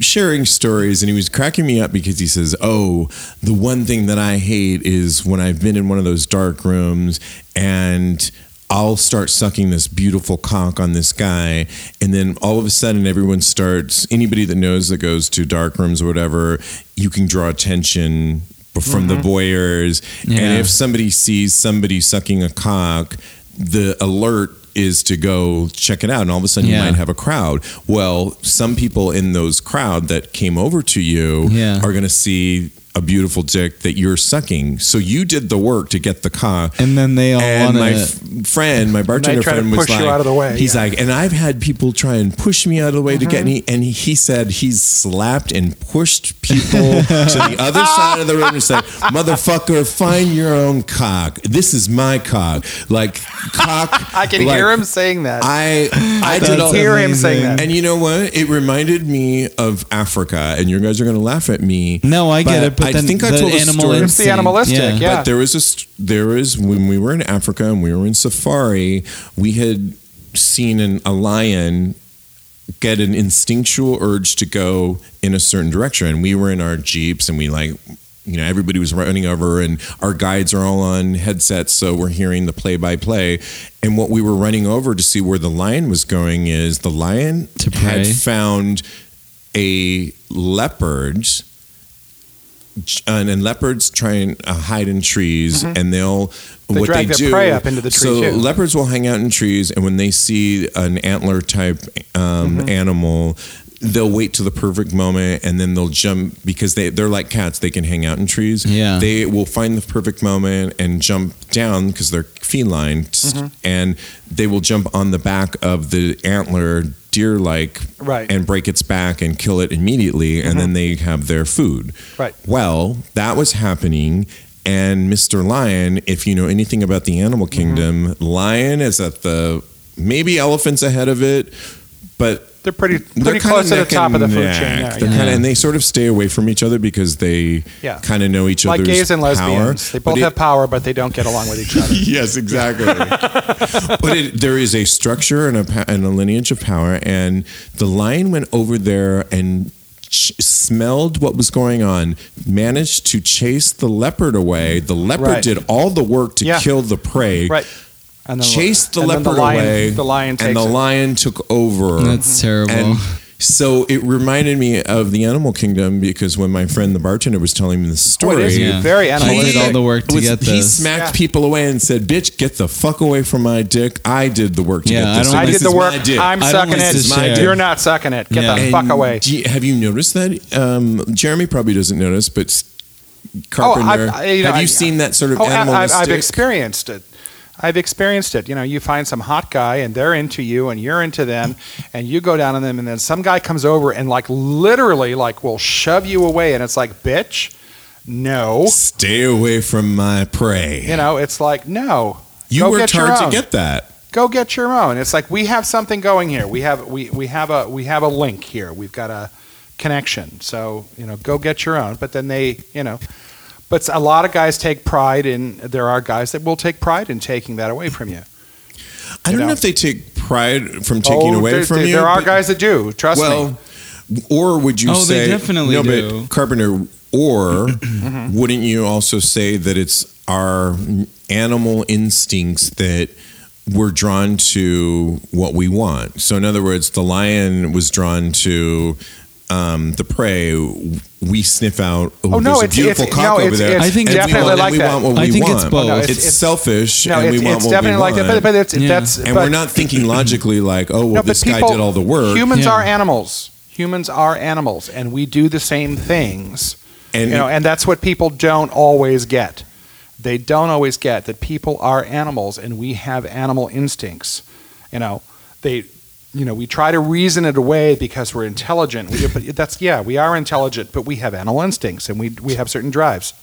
sharing stories and he was cracking me up because he says oh the one thing that i hate is when i've been in one of those dark rooms and i'll start sucking this beautiful cock on this guy and then all of a sudden everyone starts anybody that knows that goes to dark rooms or whatever you can draw attention from the voyeurs
Yeah.
and if somebody sees somebody sucking a cock the alert is to go check it out and all of a sudden
Yeah.
you might have a crowd well some people in those crowd that came over to you
Yeah.
are going to see a beautiful dick that you're sucking so you did the work to get the cock
And then they all
and my
want
f-
to.
friend, my bartender
try to
friend, was
push
like,
you out of the way,
He's
yeah. Mm-hmm.
like, and I've had people try and push me out of the way to get me, and he said he's slapped and pushed people to the other side of the room and said, "Motherfucker, find your own cock. This is my cock. Like cock.
I can
like,
hear him saying that.
I I
can
did all,
hear him saying that.
and you know what? It reminded me of Africa, and you guys are going to laugh at me.
No, I get it, but
I
then
think I
the
told a
animal
story.
It's the animalistic,
Yeah.
yeah.
But there was a st- there is when we were in Africa and we were in safari, we had seen an, a lion get an instinctual urge to go in a certain direction. And we were in our jeeps and we like you know everybody was running over and our guides are all on headsets so we're hearing the play by play and what we were running over to see where the lion was going is the lion
To prey.
had found a leopard and, and leopards try and uh, hide in trees and they'll
Mm-hmm. They
what
drag
they
their
do
prey up into the tree,
so
too.
leopards will hang out in trees and when they see an antler type um,
Mm-hmm.
animal they'll wait till the perfect moment and then they'll jump because they they're like cats they can hang out in trees
Yeah.
they will find the perfect moment and jump down because they're feline
Mm-hmm.
and they will jump on the back of the antler deer like
Right. Mm-hmm.
and break its back and kill it immediately and then they have their food
Right.
well, that was happening. And Mr. Lion, if you know anything about the animal
Mm-hmm.
kingdom, lion is at the maybe elephants ahead of it, but
They're pretty
they're
pretty close to
kinda
the top of the food
neck
chain.
and
There,
neck. They're
yeah.
kinda- and they sort of stay away from each other because they
Yeah.
kind of know each
Like
other's
gays and lesbians,
power.
they
But
both
it-
have power, but they don't get along with each other.
yes, exactly. but it, there is a structure and a, pa- and a lineage of power, and the lion went over there and ch- smelled what was going on, managed to chase the leopard away. The leopard
Right.
did all the work to
Yeah.
kill the prey.
Right. And then-
Chased the
and then
leopard
lion,
away.
The lion takes
and the
it.
lion took over.
That's terrible.
And so it reminded me of the animal kingdom because when my friend the bartender was telling me the
Oh,
story,
it is
Yeah.
very
I did
animalistic.
all the work to
was-
get
He
this.
smacked
Yeah.
people away and said, "Bitch, get the fuck away from my dick. I did the work to
Yeah,
get
I
this.
don't
I
This
did
is
the work.
my dick."
I'm
I don't
sucking
like
it.
to
My share. dick.
You're not sucking it. Get
Yeah.
the
And
fuck away.
do you- have you noticed that? Um, Jeremy probably doesn't notice, but s- Carpenter,
Oh, I- you know,
have you
I-
seen that sort of
Oh, I, I've,
animalistic?
I've experienced it. I've experienced it. You know, you find some hot guy and they're into you and you're into them and you go down on them and then some guy comes over and like literally like will shove you away and it's like, bitch, no.
Stay away from my prey.
You know, it's like, no,
you
go
worked
get your
hard to
own.
get that.
go get your own. It's like we have something going here. We have we, we have a we have a link here. We've got a connection. So, you know, go get your own. But then they, you know, but a lot of guys take pride in there are guys that will take pride in taking that away from you.
I
You
don't know
know.
if they take pride from taking
Oh,
away
there,
from
there,
you.
There are
but-
guys that do. Trust me.
well, or would you
Oh,
say
they definitely
no,
do. Mm-hmm.
but Carpenter, or wouldn't you also say that it's our animal instincts that we're drawn to what we want? So, in other words, the lion was drawn to. Um, the prey we sniff out. Oh,
Oh, no,
there's a
it's-
beautiful
it's-
cock
no,
over
it's-
there.
it's I think
and we
definitely
want- and
like
we
that.
want what
I
we
think it's
want.
both.
No,
It's,
it's- it's-
selfish,
No,
and
it's,
we want
it's
what
definitely
we
like
want.
that. But, but it's
Yeah.
that's
and
but,
we're not thinking logically, like, oh, well,
no, but
this
people,
guy did all the work.
Humans
Yeah.
are animals. Humans are animals, and we do the same things.
and
you know, and that's what people don't always get. They don't always get that people are animals and we have animal instincts. You know, they, you know, we try to reason it away because we're intelligent. We, but that's yeah, we are intelligent, but we have animal instincts and we we have certain drives.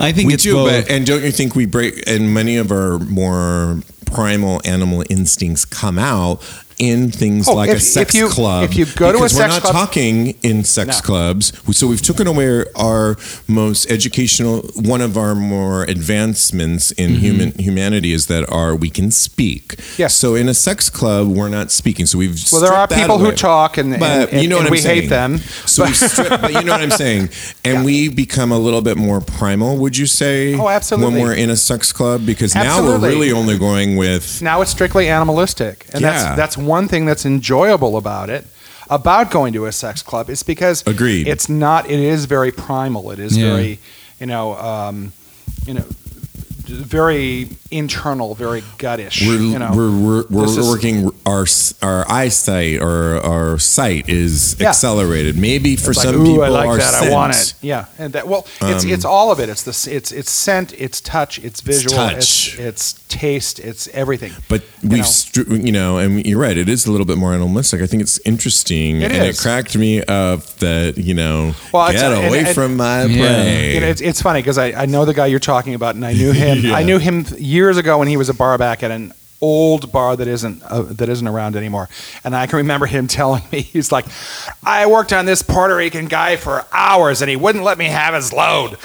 I think
we
it's
do,
both.
but and don't you think we break and many of our more primal animal instincts come out in things
Oh,
like
if-
a sex
if you-
club.
if you go to a
because
sex
we're not
club-
talking in sex
No.
clubs. So we've taken away our most educational, one of our more advancements
Mm-hmm.
in human humanity is that our we can speak.
Yeah.
So in a sex club, we're not speaking. So we've
Well, there are
stripped that
people
away.
who talk, and,
But
and-
you know
and
what I'm
we
saying.
hate them.
So we strip, but you know what I'm saying, and
Yeah.
we become a little bit more primal. Would you say?
Oh, absolutely.
When we're in a sex club, because now we're
Absolutely.
really only going with
Now it's strictly animalistic, and
Yeah.
that's that's one thing that's enjoyable about it. About going to a sex club, it's because
Agreed.
It's not. It is very primal. It is
Yeah.
very, you know, um, you know, very internal, very guttish.
we're
you know,
we're, we're, we're
This is-
working our our eyesight or our sight is
Yeah.
accelerated. Maybe for
It's like,
some
"Ooh,
people,
I like
our
that. I want it.
scent,
Yeah, and that. Well, it's
Um,
it's all of it. It's the s- it's it's scent, it's touch, it's visual,
touch.
It's, it's taste, it's everything.
But
You
we've,
know.
str- you know, and you're right. It is a little bit more animalistic. I think it's interesting,
It
and
is.
it cracked me up that you know,
Well, it's-
get
and-
away
and-
from my
Yeah.
prey.
You know, it's, it's funny because I, I know the guy you're talking about, and I knew him. I knew him years ago when he was a bar back at an old bar that isn't uh, that isn't around anymore. And I can remember him telling me he's like, "I worked on this Puerto Rican guy for hours, and he wouldn't let me have his load."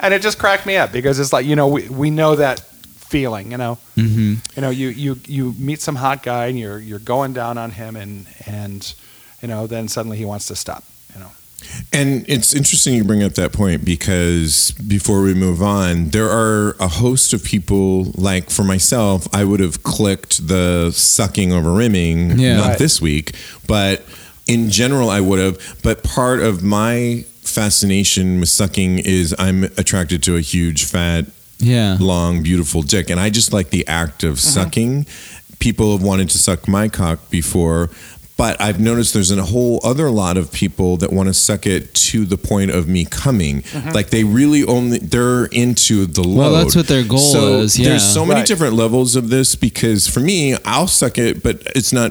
and it just cracked me up because it's like you know we, we know that feeling you know mm-hmm. you know you, you you meet some hot guy and you're you're going down on him and and you know then suddenly he wants to stop you know
And it's interesting you bring up that point because before we move on, there are a host of people, like for myself, I would have clicked the sucking over rimming,
Yeah.
not
Right.
this week, but in general, I would have. But part of my fascination with sucking is I'm attracted to a huge, fat,
Yeah. Uh-huh.
long, beautiful dick. And I just like the act of sucking. People have wanted to suck my cock before, but I've noticed there's a whole other lot of people that want to suck it to the point of me coming. Like they really only they're into the load.
Uh-huh. Well, that's what their goal
so
is, yeah.
There's so many
Right.
different levels of this because for me, I'll suck it, but it's not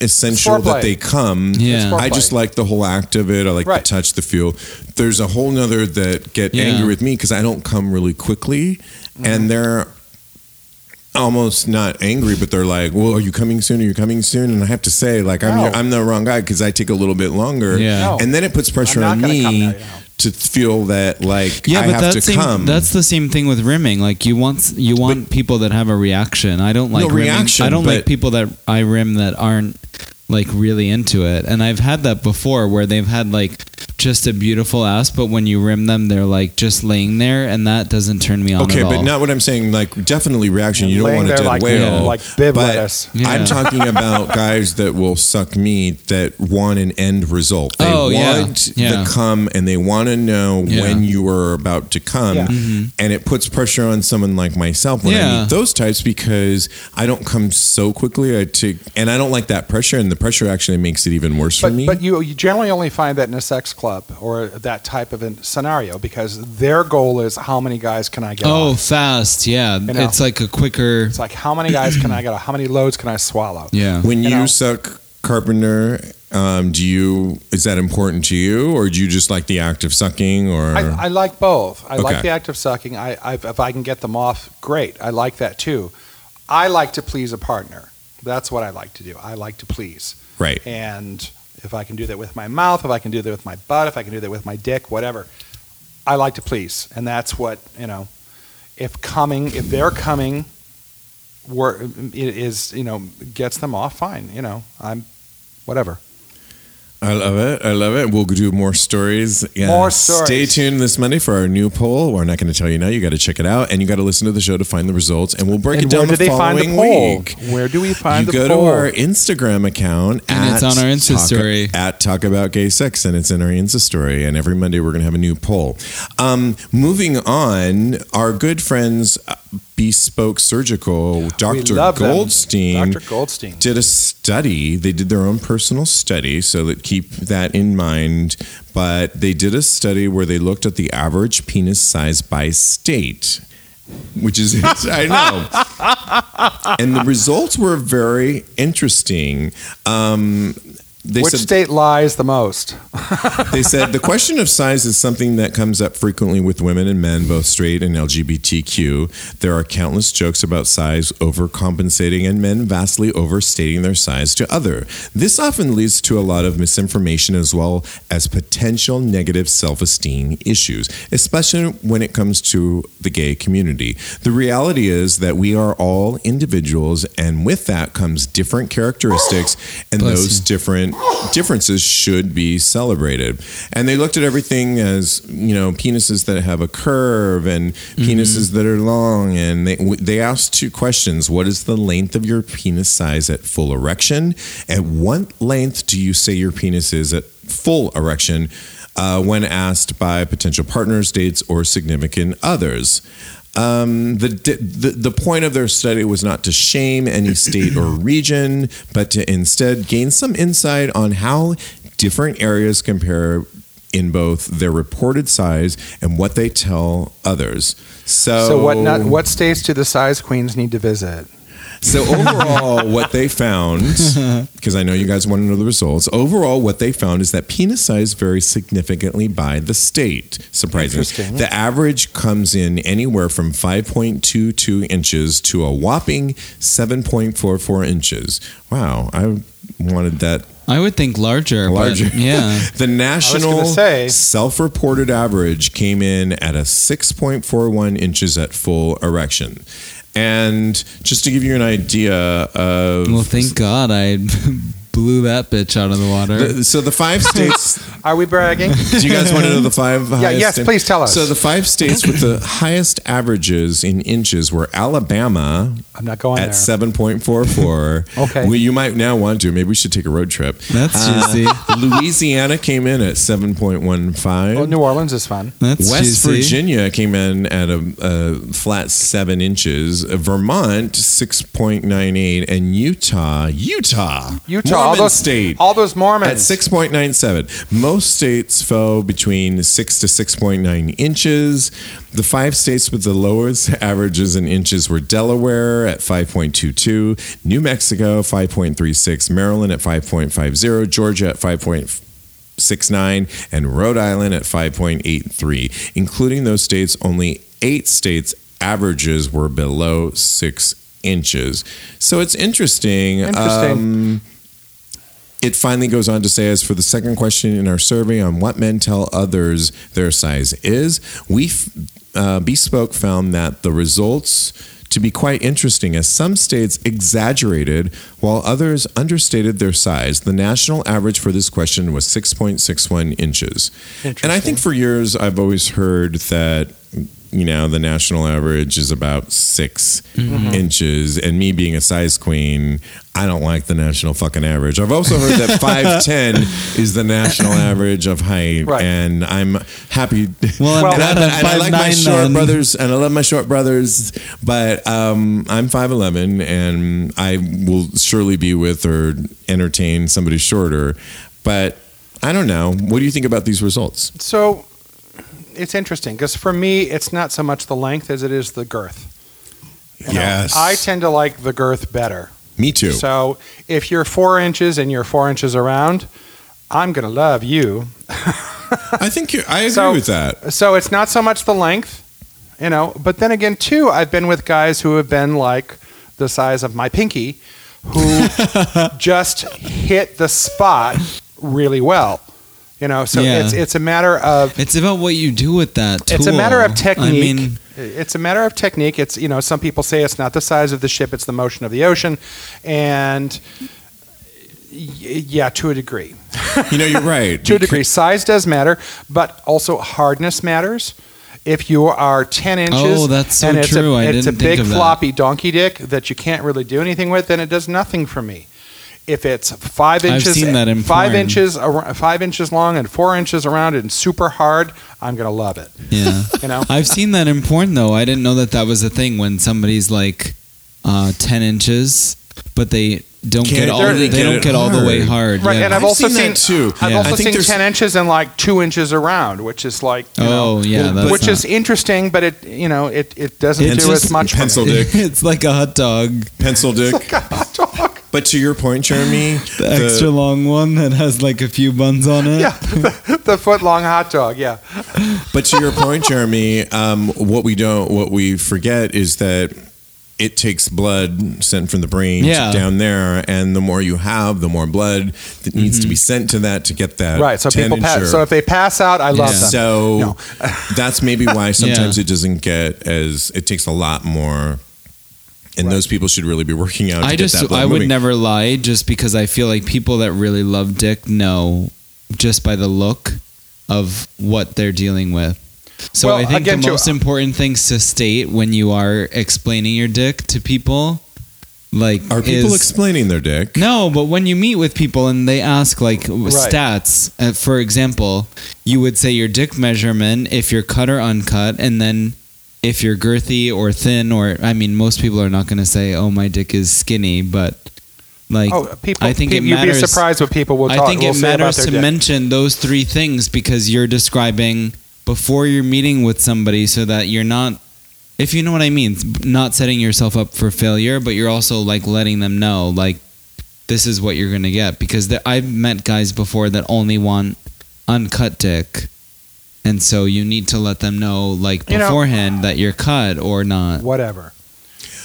essential
foreplay.
that they come.
Yeah.
I just
foreplay.
like the whole act of it. I like
Right.
the touch, the feel. There's a whole nother that get
Yeah.
angry with me because I don't come really quickly, and they're almost not angry, but they're like, "Well, are you coming soon? Are you coming soon?" And I have to say, like, I'm
No.
I'm the wrong guy because I take a little bit longer,
Yeah.
No.
and then it puts pressure
I'm
on
not gonna come now,
me
you know.
to feel that like
Yeah,
I
but
have
that's
to
same,
come.
that's the same thing with rimming. Like you want you want people that have a reaction. I don't like
No,
rimming-
reaction,
I don't like
but-
people that I rim that aren't like really into it. And I've had that before where they've had like just a beautiful ass, but when you rim them, they're like just laying there, and that doesn't turn me on.
Okay,
at all.
but not what I'm saying. Like definitely reaction. You don't
Laying
want a
there
dead
like-
whale.
yeah,
like bib
but
lettuce.
Yeah.
I'm talking about guys that will suck me that want an end result. They
Oh, yeah.
want
Yeah.
the come and they want to know
Yeah. Mm-hmm.
when you are about to come.
Yeah.
And it puts pressure on someone like myself when I
Yeah.
meet those types because I don't come so quickly. I take and I don't like that pressure, and the pressure actually makes it even worse
but,
for me.
but you, you generally only find that in a sex club or that type of a scenario because their goal is how many guys can I get
Oh,
off?
fast, yeah.
know.
It's like a quicker.
It's like how many guys can I get off? How many loads can I swallow?
Yeah.
when
you
you,
know.
suck carpenter um, do you is that important to you or do you just like the act of sucking or
I, I like both. I like
Okay.
the act of sucking. I, I if I can get them off, great. I like that too. I like to please a partner. That's what I like to do. I like to please,
right
and if I can do that with my mouth, if I can do that with my butt, if I can do that with my dick, whatever, I like to please, and that's what you know. If coming, if they're coming, were it is you know gets them off, fine. You know, I'm whatever.
I love it. I love it. We'll do more stories. Yeah.
More stories.
Stay tuned this Monday for our new poll. We're not going to tell you now. You got to check it out, and you got to listen to the show to find the results. And we'll break
And
it down
where
the
do they find
following
the poll?
week.
Where do we find
you
the
go
poll?
to our Instagram account,
And it's on our Insta
Talk-
story.
at Talk About Gay Sex, and it's in our Insta story. And every Monday we're going to have a new poll. Um, moving on, our good friends uh, Bespoke Surgical,
We
Doctor
love them.
Goldstein,
Dr. Goldstein.
did a study. They did their own personal study, so that keep that in mind. But they did a study where they looked at the average penis size by state, which is I know, and the results were very interesting. Um, they
Which
said
state lies the most?
they said the question of size is something that comes up frequently with women and men, both straight and LGBTQ. There are countless jokes about size overcompensating and men vastly overstating their size to other. This often leads to a lot of misinformation as well as potential negative self-esteem issues, especially when it comes to the gay community. The reality is that we are all individuals and with that comes different characteristics and
Bless
those
you.
different differences should be celebrated. And they looked at everything as you know penises that have a curve and penises that are long. And they w- they asked two questions: What is the length of your penis size at full erection? At what length do you say your penis is at full erection? Uh, when asked by potential partners, dates, or significant others. Um, the, the the point of their study was not to shame any state or region, but to instead gain some insight on how different areas compare in both their reported size and what they tell others. So,
So what?
Oh.
Not, what states do the size queens need to visit?
so overall, what they found, because I know you guys want to know the results. Overall, what they found is that penis size varies significantly by the state. Surprisingly,
Interesting.
the average comes in anywhere from 5.22 inches to a whopping 7.44 inches. Wow, I wanted that
I would think larger.
Larger.
But yeah.
the national
gonna say-
self-reported average came in at a 6.41 inches at full erection. And just to give you an idea of
Well, thank God I blew that bitch out of the water.
the, so the five states
Are we bragging?
do you guys want to know the five highest
yes, please tell us.
So the five states with the highest averages in inches were Alabama
I'm not going
at
there.
7.44.
Okay.
Well, you might now want to. Maybe we should take a road trip. Uh,
That's juicy.
Louisiana came in at 7.15.
Well, New Orleans is fun.
That's
West
juicy.
Virginia came in at a, a flat seven inches. Vermont six point nine eight, and Utah, Utah,
Utah, all
Mormon
those
state
all those Mormons.
at six point nine seven. Most states fell between six to six point nine inches. The five states with the lowest averages in inches were Delaware at five point two two, New Mexico five point three six, Maryland at five point five zero, Georgia at five point Six nine and Rhode Island at 5.83. Including those states, only eight states' averages were below six inches. So it's interesting.
Interesting.
Um, it finally goes on to say, as for the second question in our survey on what men tell others their size is, we f- uh, bespoke found that the results to be quite interesting as some states exaggerated while others understated their size the national average for this question was 6.61 inches and i think for years i've always heard that you know the national average is about 6 inches and me being a size queen i don't like the national fucking average i've also heard that 510 is the national average of height
Right.
and i'm happy
Well, I'm
and,
glad
I'm-
I'm
and I like my
5'9"
short
then.
brothers, and I love my short brothers, but um, I'm 5'11, and I will surely be with or entertain somebody shorter. But I don't know. What do you think about these results?
So it's interesting because for me, it's not so much the length as it is the girth. You know, I tend to like the girth better.
Me too.
So if you're four inches and you're four inches around, I'm gonna love you.
I think you I agree
So-
with that.
So it's not so much the length, you know. But then again, too, I've been with guys who have been like the size of my pinky, who just hit the spot really well. You know, so
Yeah.
it's it's a matter of
It's about what you do with that tool.
it's a matter of technique.
I mean,
it's a matter of technique. It's you know, some people say it's not the size of the ship; it's the motion of the ocean, and y- yeah, to a degree
You know, you're right.
to a degree. Size does matter, but also hardness matters. If you are 10 inches
Oh, that's so
and it's
true.
a,
I
it's a
didn't think
big
of that.
floppy donkey dick that you can't really do anything with, then it does nothing for me. If it's five
I've
inches,
seen that in
five
porn.
inches, ar- five inches long and four inches around and super hard, I'm gonna love it.
yeah.
You know,
I've seen that in porn though. I didn't know that that was a thing when somebody's like uh, ten inches, but they don't
Can't-
get all
they're-
they,
they get
don't
it
get all the way
hard.
hard.
right?
yeah.
And I've,
I've
also
seen
seen,
that too.
I've
Yeah.
I
also
think
seen
there's-
ten inches and like two inches around, which is like you know,
Oh, yeah, that's
which
not-
is interesting, but it you know it, it doesn't
It's
do
just
as much. for me.
pencil dick,
it's like a hot dog.
pencil dick.
Hot dog.
But to your point, Jeremy,
The extra long one that has like a few buns on it.
Yeah, the, the foot long hot dog. Yeah,
But to your point, Jeremy, um, what we don't, what we forget is that it takes blood sent from the brain
Yeah.
down there, and the more you have, the more blood that needs
Mm-hmm.
to be sent to that to get that
right. So people
tendon
pass.
shirt.
So if they pass out, I love
Yeah.
them.
So
No.
that's maybe why sometimes it doesn't get as it takes a lot more. And those people should really be working out. To
I
get
just
that blood
I would
moving.
never lie just because I feel like people that really love dick know just by the look of what they're dealing with. So
Well,
I think the
again, too- uh,
most important things to state when you are explaining your dick to people like
Are people
is,
explaining their dick?
No, but when you meet with people and they ask like stats, uh, for example, you would say your dick measurement if you're cut or uncut, and then if you're girthy or thin, or I mean, most people are not going to say, "Oh, my dick is skinny," but like,
oh, people.
I think
pe-
it
you'd
matters.
be surprised what people will talk.
I think
will
it
say about
matters
their
to
dick.
mention those three things because you're describing before you're meeting with somebody so that you're not if you know what I mean, not setting yourself up for failure, but you're also like letting them know like this is what you're going to get because there, I've met guys before that only want uncut dick. And so you need to let them know like
You know-
beforehand that you're cut or not.
whatever.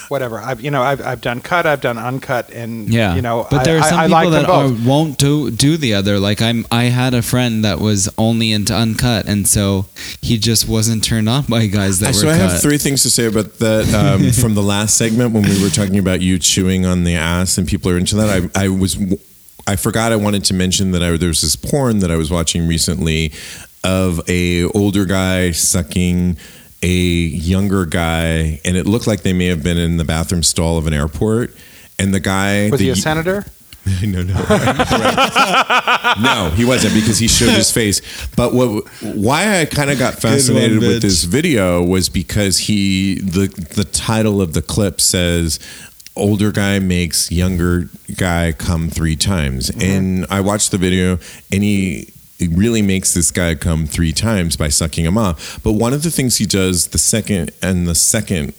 Whatever. I've you know I've I've done cut. I've done uncut, and
Yeah,
you know.
but there
I,
are some
I, I
people
like them
that are,
both.
won't do do the other. Like I'm, I had a friend that was only into uncut, and so he just wasn't turned on by guys that
so
were
I
cut.
have three things to say about that um, from the last segment when we were talking about you chewing on the ass and people are into that. I, I was I forgot I wanted to mention that I, there was this porn that I was watching recently of a older guy sucking a younger guy, and it looked like they may have been in the bathroom stall of an airport. And the guy
Was he
the-
a senator?
no, no, right, right. no, he wasn't because he showed his face. But what? Why I kind of got fascinated with
bitch.
this video was because he the the title of the clip says. Older guy makes younger guy come three times. And I watched the video and he it really makes this guy come three times by sucking him off. But one of the things he does the second and the second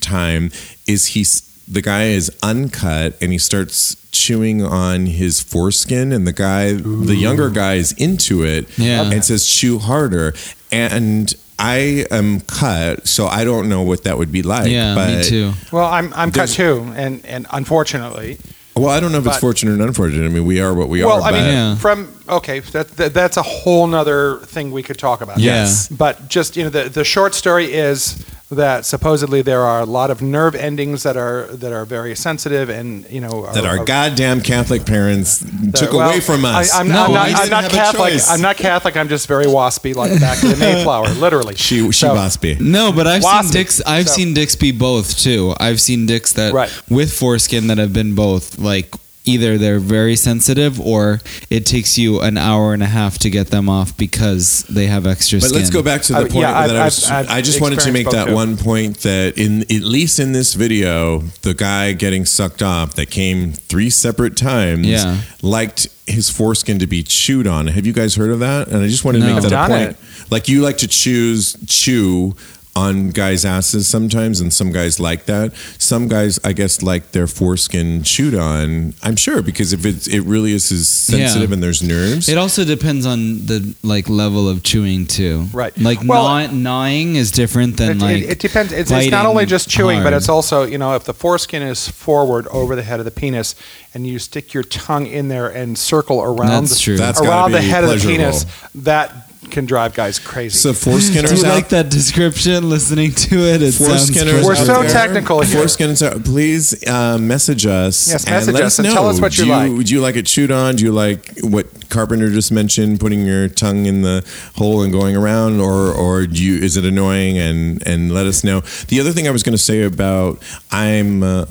time is he's the guy is uncut and he starts chewing on his foreskin and the guy the younger guy is into it
Yeah.
and says chew harder and I am cut so I don't know what that would be like
yeah,
but
me too.
Well, I'm I'm cut
There's-
too, and and unfortunately,
well I don't know if it's
But-
fortunate or unfortunate I mean we are what we are
well, I mean,
but
Yeah.
from okay, that, that that's a whole nother thing we could talk about.
Yeah.
yes
But just you know, the the short story is that supposedly there are a lot of nerve endings that are that are very sensitive, and you know
that our goddamn Catholic parents
that-
took
Uh, well,
away from us
I, am
No,
not, I'm
we
not, I'm
didn't
not
have a
Catholic.
choice.
I'm not Catholic. I'm just very waspy, like back to the Mayflower, literally.
she she
So-
must be
No, but I've
Wasp.
seen dicks. I've
So-
seen dicks be both too. I've seen dicks that
Right.
with foreskin that have been both like. Either they're very sensitive, or it takes you an hour and a half to get them off because they have extra
But
skin.
let's go back to the
Uh,
point
yeah, I've-
that I was.
I've- I've
I just wanted to make
experienced
that
both,
one point that in at least in this video, the guy getting sucked off that came three separate times
Yeah.
liked his foreskin to be chewed on. Have you guys heard of that? And I just wanted to
No.
make that a
I've done
point. Like you like to choose chew on guys' asses sometimes, and some guys like that. Some guys, I guess, like their foreskin chewed on. I'm sure because if it's it really is as sensitive and there's nerves.
It also depends on the like level of chewing too.
Right.
Like
Well-
gnaw- gnawing is different than
It,
like.
it, it depends. It's, it's not
biting
only just chewing, but
hard.
it's also you know if the foreskin is forward over the head of the penis, and you stick your tongue in there and circle around
That's true.
That's gotta
around the
be
head of the penis,
pleasurable.
that can drive guys crazy.
so foreskinners
Do you
out
like that description? Listening to it, it sounds.
Foreskinners
We're
out
so
there,
technical here.
Foreskinners, out- please uh, message us.
Yes, message
let
us and tell us what
do
you like.
Do you like it chewed on? Do you like what Carpenter just mentioned, putting your tongue in the hole and going around, or or do you, is it annoying? And and let us know. The other thing I was going to say about I'm, uh,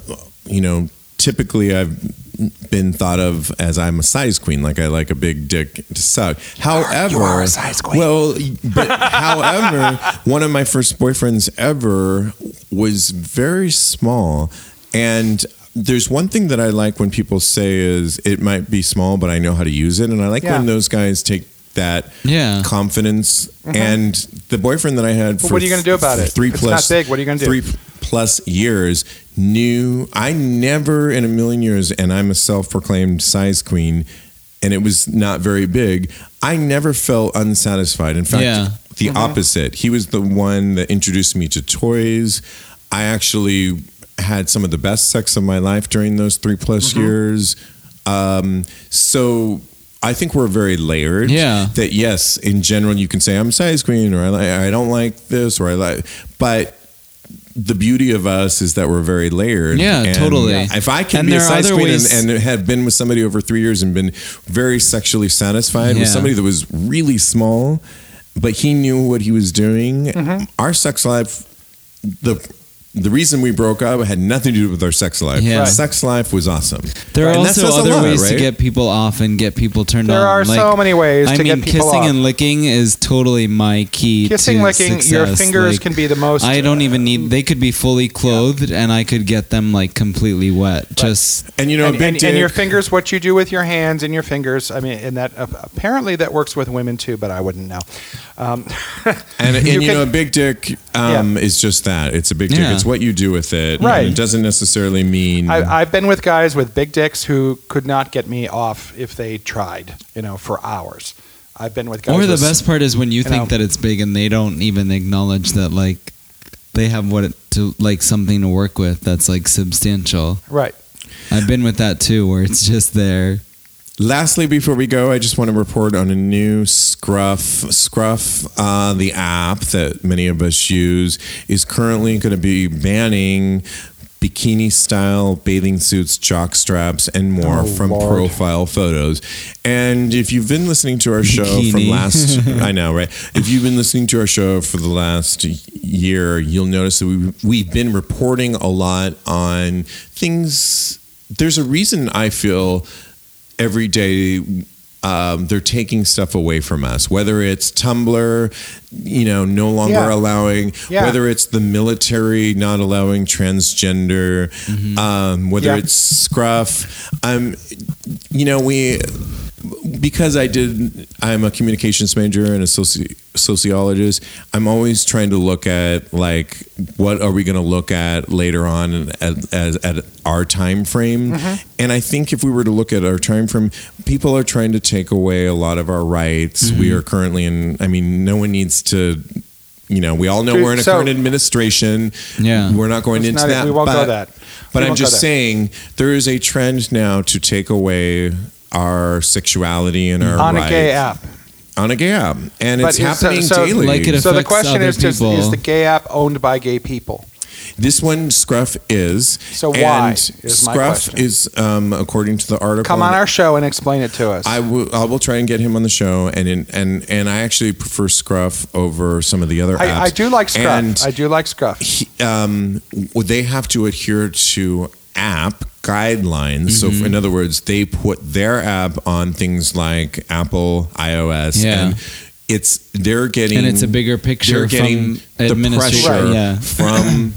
you know, typically I've been thought of as I'm a size queen, like I like a big dick to suck. However,
you are a size queen.
well, Oh, but however, one of my first boyfriends ever was very small, and there's one thing that I like when people say is it might be small, but I know how to use it, and I like
Yeah. Uh-huh.
when those guys take that
Yeah.
confidence and the boyfriend that I had. For
Well, Uh-huh. what are you gonna do about
th-
it?
Three
If it's
plus
not big, what are you gonna do?
Three plus years knew I never in a million years, and I'm a self proclaimed size queen, and it was not very big. I never felt unsatisfied. In fact,
Yeah.
the
Mm-hmm.
opposite. He was the one that introduced me to toys. I actually had some of the best sex of my life during those three plus
Mm-hmm.
years. Um, so I think we're very layered.
Yeah.
That yes, in general, you can say I'm a size queen, or I li- I don't like this, or I like, but. The beauty of us is that we're very layered.
Yeah,
and
totally.
If I can
And
be a
there are
size
other
queen
ways-
and, and have been with somebody over three years and been very sexually satisfied with
Yeah.
somebody that was really small, but he knew what he was doing.
Mm-hmm.
Our sex life, the the reason we broke up had nothing to do with our sex life.
Yeah.
Our sex life was awesome.
There are
And that
also
says a
other
lot,
ways to
right?
get people off and get people turned
There
on.
are so many ways
I
to
mean,
get people
kissing
off.
and licking is totally my key.
Kissing,
to
licking, your
success.
fingers
Like,
can be the most.
I don't even need. They could be fully clothed, and I could get them like completely wet. Just
And you know,
and,
a big
and,
dick.
and your fingers, what you do with your hands and your fingers. I mean, and that apparently that works with women too, but I wouldn't know. Um,
And, and
You
you,
can-
know, a big dick um, is just that. It's a big dick.
Yeah.
It's what you do with it.
Right.
And it doesn't necessarily mean.
I, I've been with guys with big dicks who could not get me off if they tried, you know, for hours. I've been with guys.
or the
with-
best part is when you
you
think
know.
that it's big, and they don't even acknowledge that like they have what it, to like something to work with that's like substantial.
Right.
I've been with that too, where it's just there.
Lastly, before we go, I just want to report on a new Scruff. Scruff, uh, the app that many of us use, is currently going to be banning bikini style bathing suits, jock straps, and more
Oh,
from
Lord.
profile photos. And if you've been listening to our show from
Bikini.
last, I know, right? If you've been listening to our show for the last year, you'll notice that we we've been reporting a lot on things. There's a reason I feel every day um, they're taking stuff away from us, whether it's Tumblr, you know, no longer
Yeah.
allowing,
Yeah.
whether it's the military not allowing transgender, um, whether
Mm-hmm. Yeah.
it's Scruff. Um, you know, we, because I did, I'm a communications major and a soci- sociologist, I'm always trying to look at like, what are we going to look at later on and at, as, at our time frame?
Mm-hmm.
And I think if we were to look at our time frame, people are trying to take away a lot of our rights. We
Mm-hmm.
are currently in, I mean, no one needs to, you know, we all know
Dude,
we're in a
so-
current administration.
Yeah.
We're not going
Let's
into
not- e-,
that.
we won't go
but-
that.
But
We
I'm
won't go
just
there.
saying there is a trend now to take away our sexuality and our
On a
rights.
gay app.
On a gay app. And
But
it's
is- so-
happening
so-
daily.
Like it
So the
affects
question
other
is just
people.
is the gay app owned by gay people?
This one, Scruff is.
So
and
why is my
Scruff
question.
is, um, according to the article.
Come on our show and explain it to us.
I will. I will try and get him on the show, and in, and and I actually prefer Scruff over some of the other apps.
I, I do like Scruff.
And
I do like Scruff.
he- um, would they have to adhere to app guidelines. So,
Mm-hmm.
in other words, they put their app on things like Apple, iOS,
Yeah.
and it's they're getting
And it's a bigger
they're
picture
getting
from
the
administration.
pressure
Yeah.
from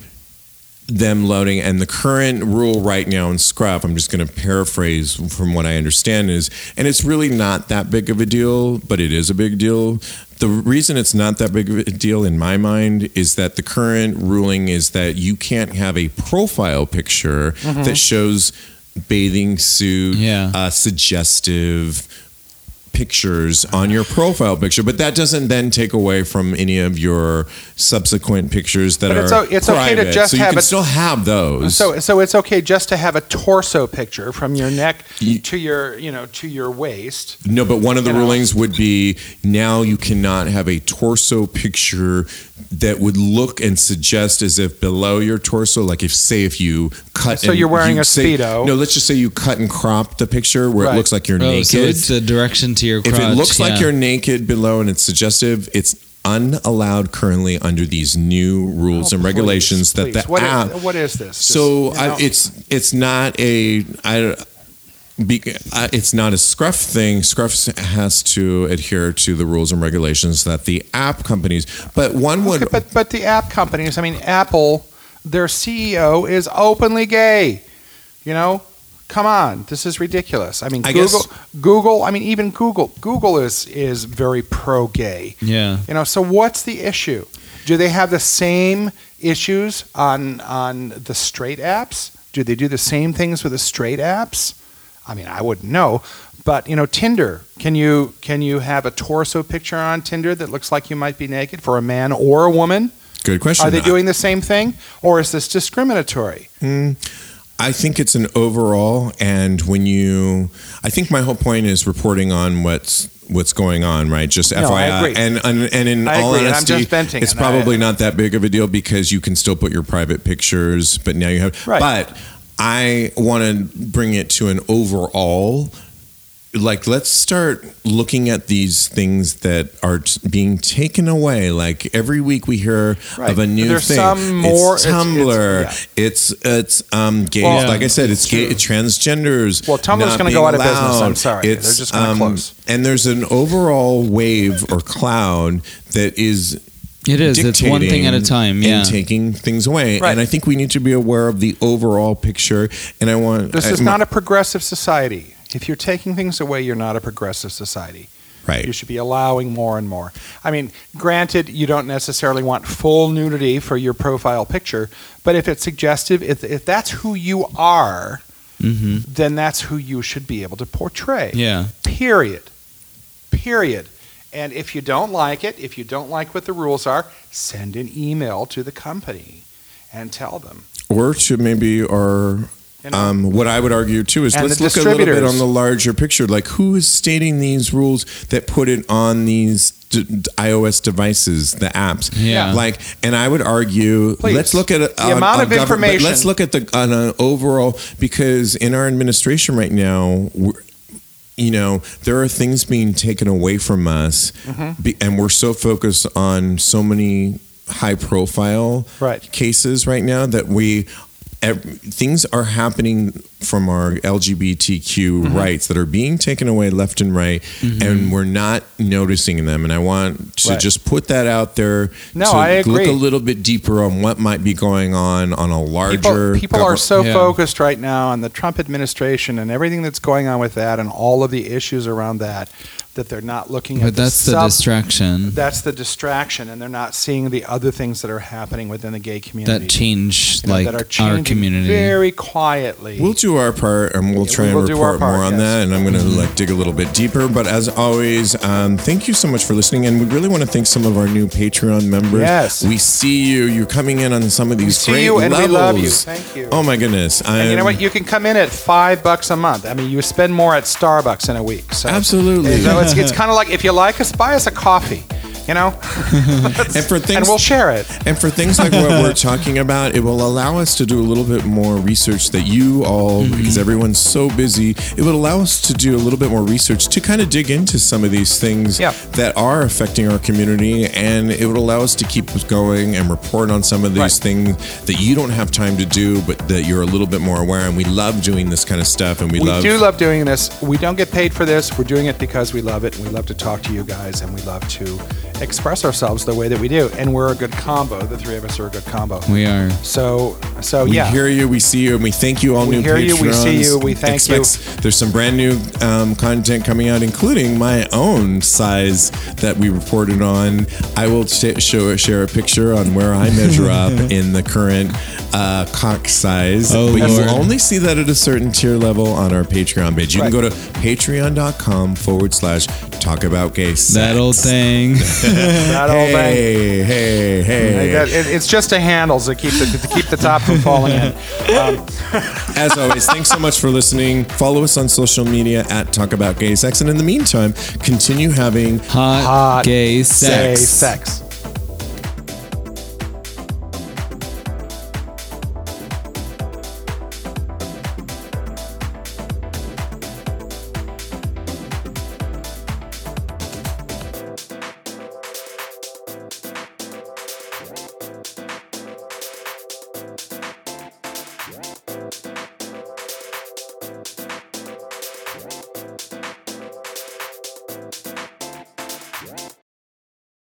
them loading and the current rule right now in scruff i'm just going to paraphrase from what i understand is and it's really not that big of a deal but it is a big deal the reason it's not that big of a deal in my mind is that the current ruling is that you can't have a profile picture that shows bathing suit
Yeah.
uh, suggestive pictures on your profile picture, but that doesn't then take away from any of your subsequent pictures that
But it's
are
o- it's okay to
private.
just
so you
have
can
it-
still have those.
So, so it's okay just to have a torso picture from your neck
Ye-
to your, you know, to your waist.
no, but one of the
You know.
rulings would be now you cannot have a torso picture that would look and suggest as if below your torso, like if say if you cut.
So
and
you're wearing
you
a
say-
Speedo.
No, let's just say you cut and crop the picture where
Right.
it looks like you're
Oh,
naked.
so it's the direction to your crotch.
if it looks like
yeah.
you're naked below and it's suggestive, it's unallowed currently under these new rules
Oh,
and
please,
regulations
please.
that the
What is-
app.
what is this? Just,
so
you
I,
know.
it's it's not a I. Be, uh, it's not a Scruff thing. Scruff has to adhere to the rules and regulations that the app companies. But one would
Okay, but but the app companies, I mean Apple, their CEO is openly gay. You know, come on, this is ridiculous. I mean
I
Google,
guess-
Google. I mean even Google, Google is is very pro gay.
Yeah.
You know, so what's the issue? Do they have the same issues on on the straight apps? Do they do the same things with the straight apps? I mean, I wouldn't know, but you know, Tinder. Can you can you have a torso picture on Tinder that looks like you might be naked for a man or a woman?
Good question.
Are they
I-
doing the same thing, or is this discriminatory?
Mm, I think it's an overall, and when you, I think my whole point is reporting on what's what's going on, right? Just FYI,
No, I agree.
and and, and in
I
all
agree, and I'm
honesty,
just venting,
it's
and I-
probably not that big of a deal because you can still put your private pictures, but now you have.
Right.
But I want to bring it to an overall. Like, let's start looking at these things that are t- being taken away. Like every week, we hear
Right.
of a new
There's
thing.
some more- it's-
it's
it's-
Tumblr.
yeah.
It's it's um gay.
Well,
like I said, it's gay,
true.
transgenders.
Well, Tumblr's
not
gonna go
being
out of business, I'm
allowed. um,
sorry. They're just gonna close.
And there's an overall wave or cloud that is
It is. It's one thing at a
dictating
time. Yeah.
and taking things away.
Right.
And I think we need to be aware of the overall picture. And I want
This
I-
is not a progressive society. If you're taking things away, you're not a progressive society. You
right.
should be allowing more and more. I mean, granted, you don't necessarily want full nudity for your profile picture, but if it's suggestive, if, if that's who you are,
hmm
then that's who you should be able to portray.
Yeah.
Period. Period. And if you don't like it, if you don't like what the rules are, send an email to the company and tell them.
Or should maybe our
You know?
Um, what I would argue too is
And
let's
the
look a little bit
distributors.
on the larger picture. Like, who is stating these rules that put it on these d- d- iOS devices, the apps?
Yeah.
Like, and I would argue,
Please.
let's look at a,
The amount
government-
of
but
information.
Let's look at the on an overall because in our administration right now, we're, you know, there are things being taken away from us,
Mm-hmm.
be, and we're so focused on so many high profile
Right.
cases right now that we ev- things are happening from our LGBTQ
Mm-hmm.
rights that are being taken away left and right, and we're not noticing them. And I want to
Right.
just put that out there.
No,
to
I
Look
agree.
a little bit deeper on what might be going on on a larger.
People, people
gover-
are so
Yeah.
focused right now on the Trump administration and everything that's going on with that and all of the issues around that that they're not looking at
But that's the
sub-
distraction
that's the distraction and they're not seeing the other things that are happening within the gay community
that change
you know,
like
that are
our
changing
community.
very quietly.
We'll do our part and we'll
Yeah,
try
we will
and
do our
report
part,
more on
yes.
that. And I'm going to like dig a little bit deeper. But as always, um, thank you so much for listening. And we really want to thank some of our new Patreon members.
Yes.
We see you. You're coming in on some of these
see
great
you and we
levels.
love you. Thank you.
Oh my goodness. I'm,
and you know what? You can come in at five bucks a month. I mean, you spend more at Starbucks in a week. So,
Absolutely.
So it's, it's kind of like if you like us, buy us a coffee. You know,
and for things
and we'll share it.
And for things like what we're talking about, it will allow us to do a little bit more research that you all,
Mm-hmm.
because everyone's so busy, it would allow us to do a little bit more research to kind of dig into some of these things
Yeah.
that are affecting our community. And it would allow us to keep going and report on some of these
Right.
things that you don't have time to do, but that you're a little bit more aware. And we love doing this kind of stuff. And we,
We
love.
do love doing this. We don't get paid for this. We're doing it because we love it. And we love to talk to you guys and we love to express ourselves the way that we do. And we're a good combo. The three of us are a good combo.
We are.
So, so
we
yeah.
hear you, we see you, and we thank you all
We
new
hear you, we see
Patrons.
you, we thank you.
you. There's some brand new um, content coming out, including my own size that we reported on. I will sh- show share a picture on where I measure up in the current uh, cock size,
Oh,
but you
Lord.
will only see that at a certain tier level on our Patreon page. You can go to
Right.
patreon.com forward slash talk about gay sex.
That old thing.
That old thing.
Hey, hey, hey.
Like that- it- it's just the handles that keep the, to keep the top from falling in. Um,
As always, thanks so much for listening. Follow us on social media at Talk About Gay Sex. And in the meantime, continue having
Hot,
Hot
gay
say
sex.
sex.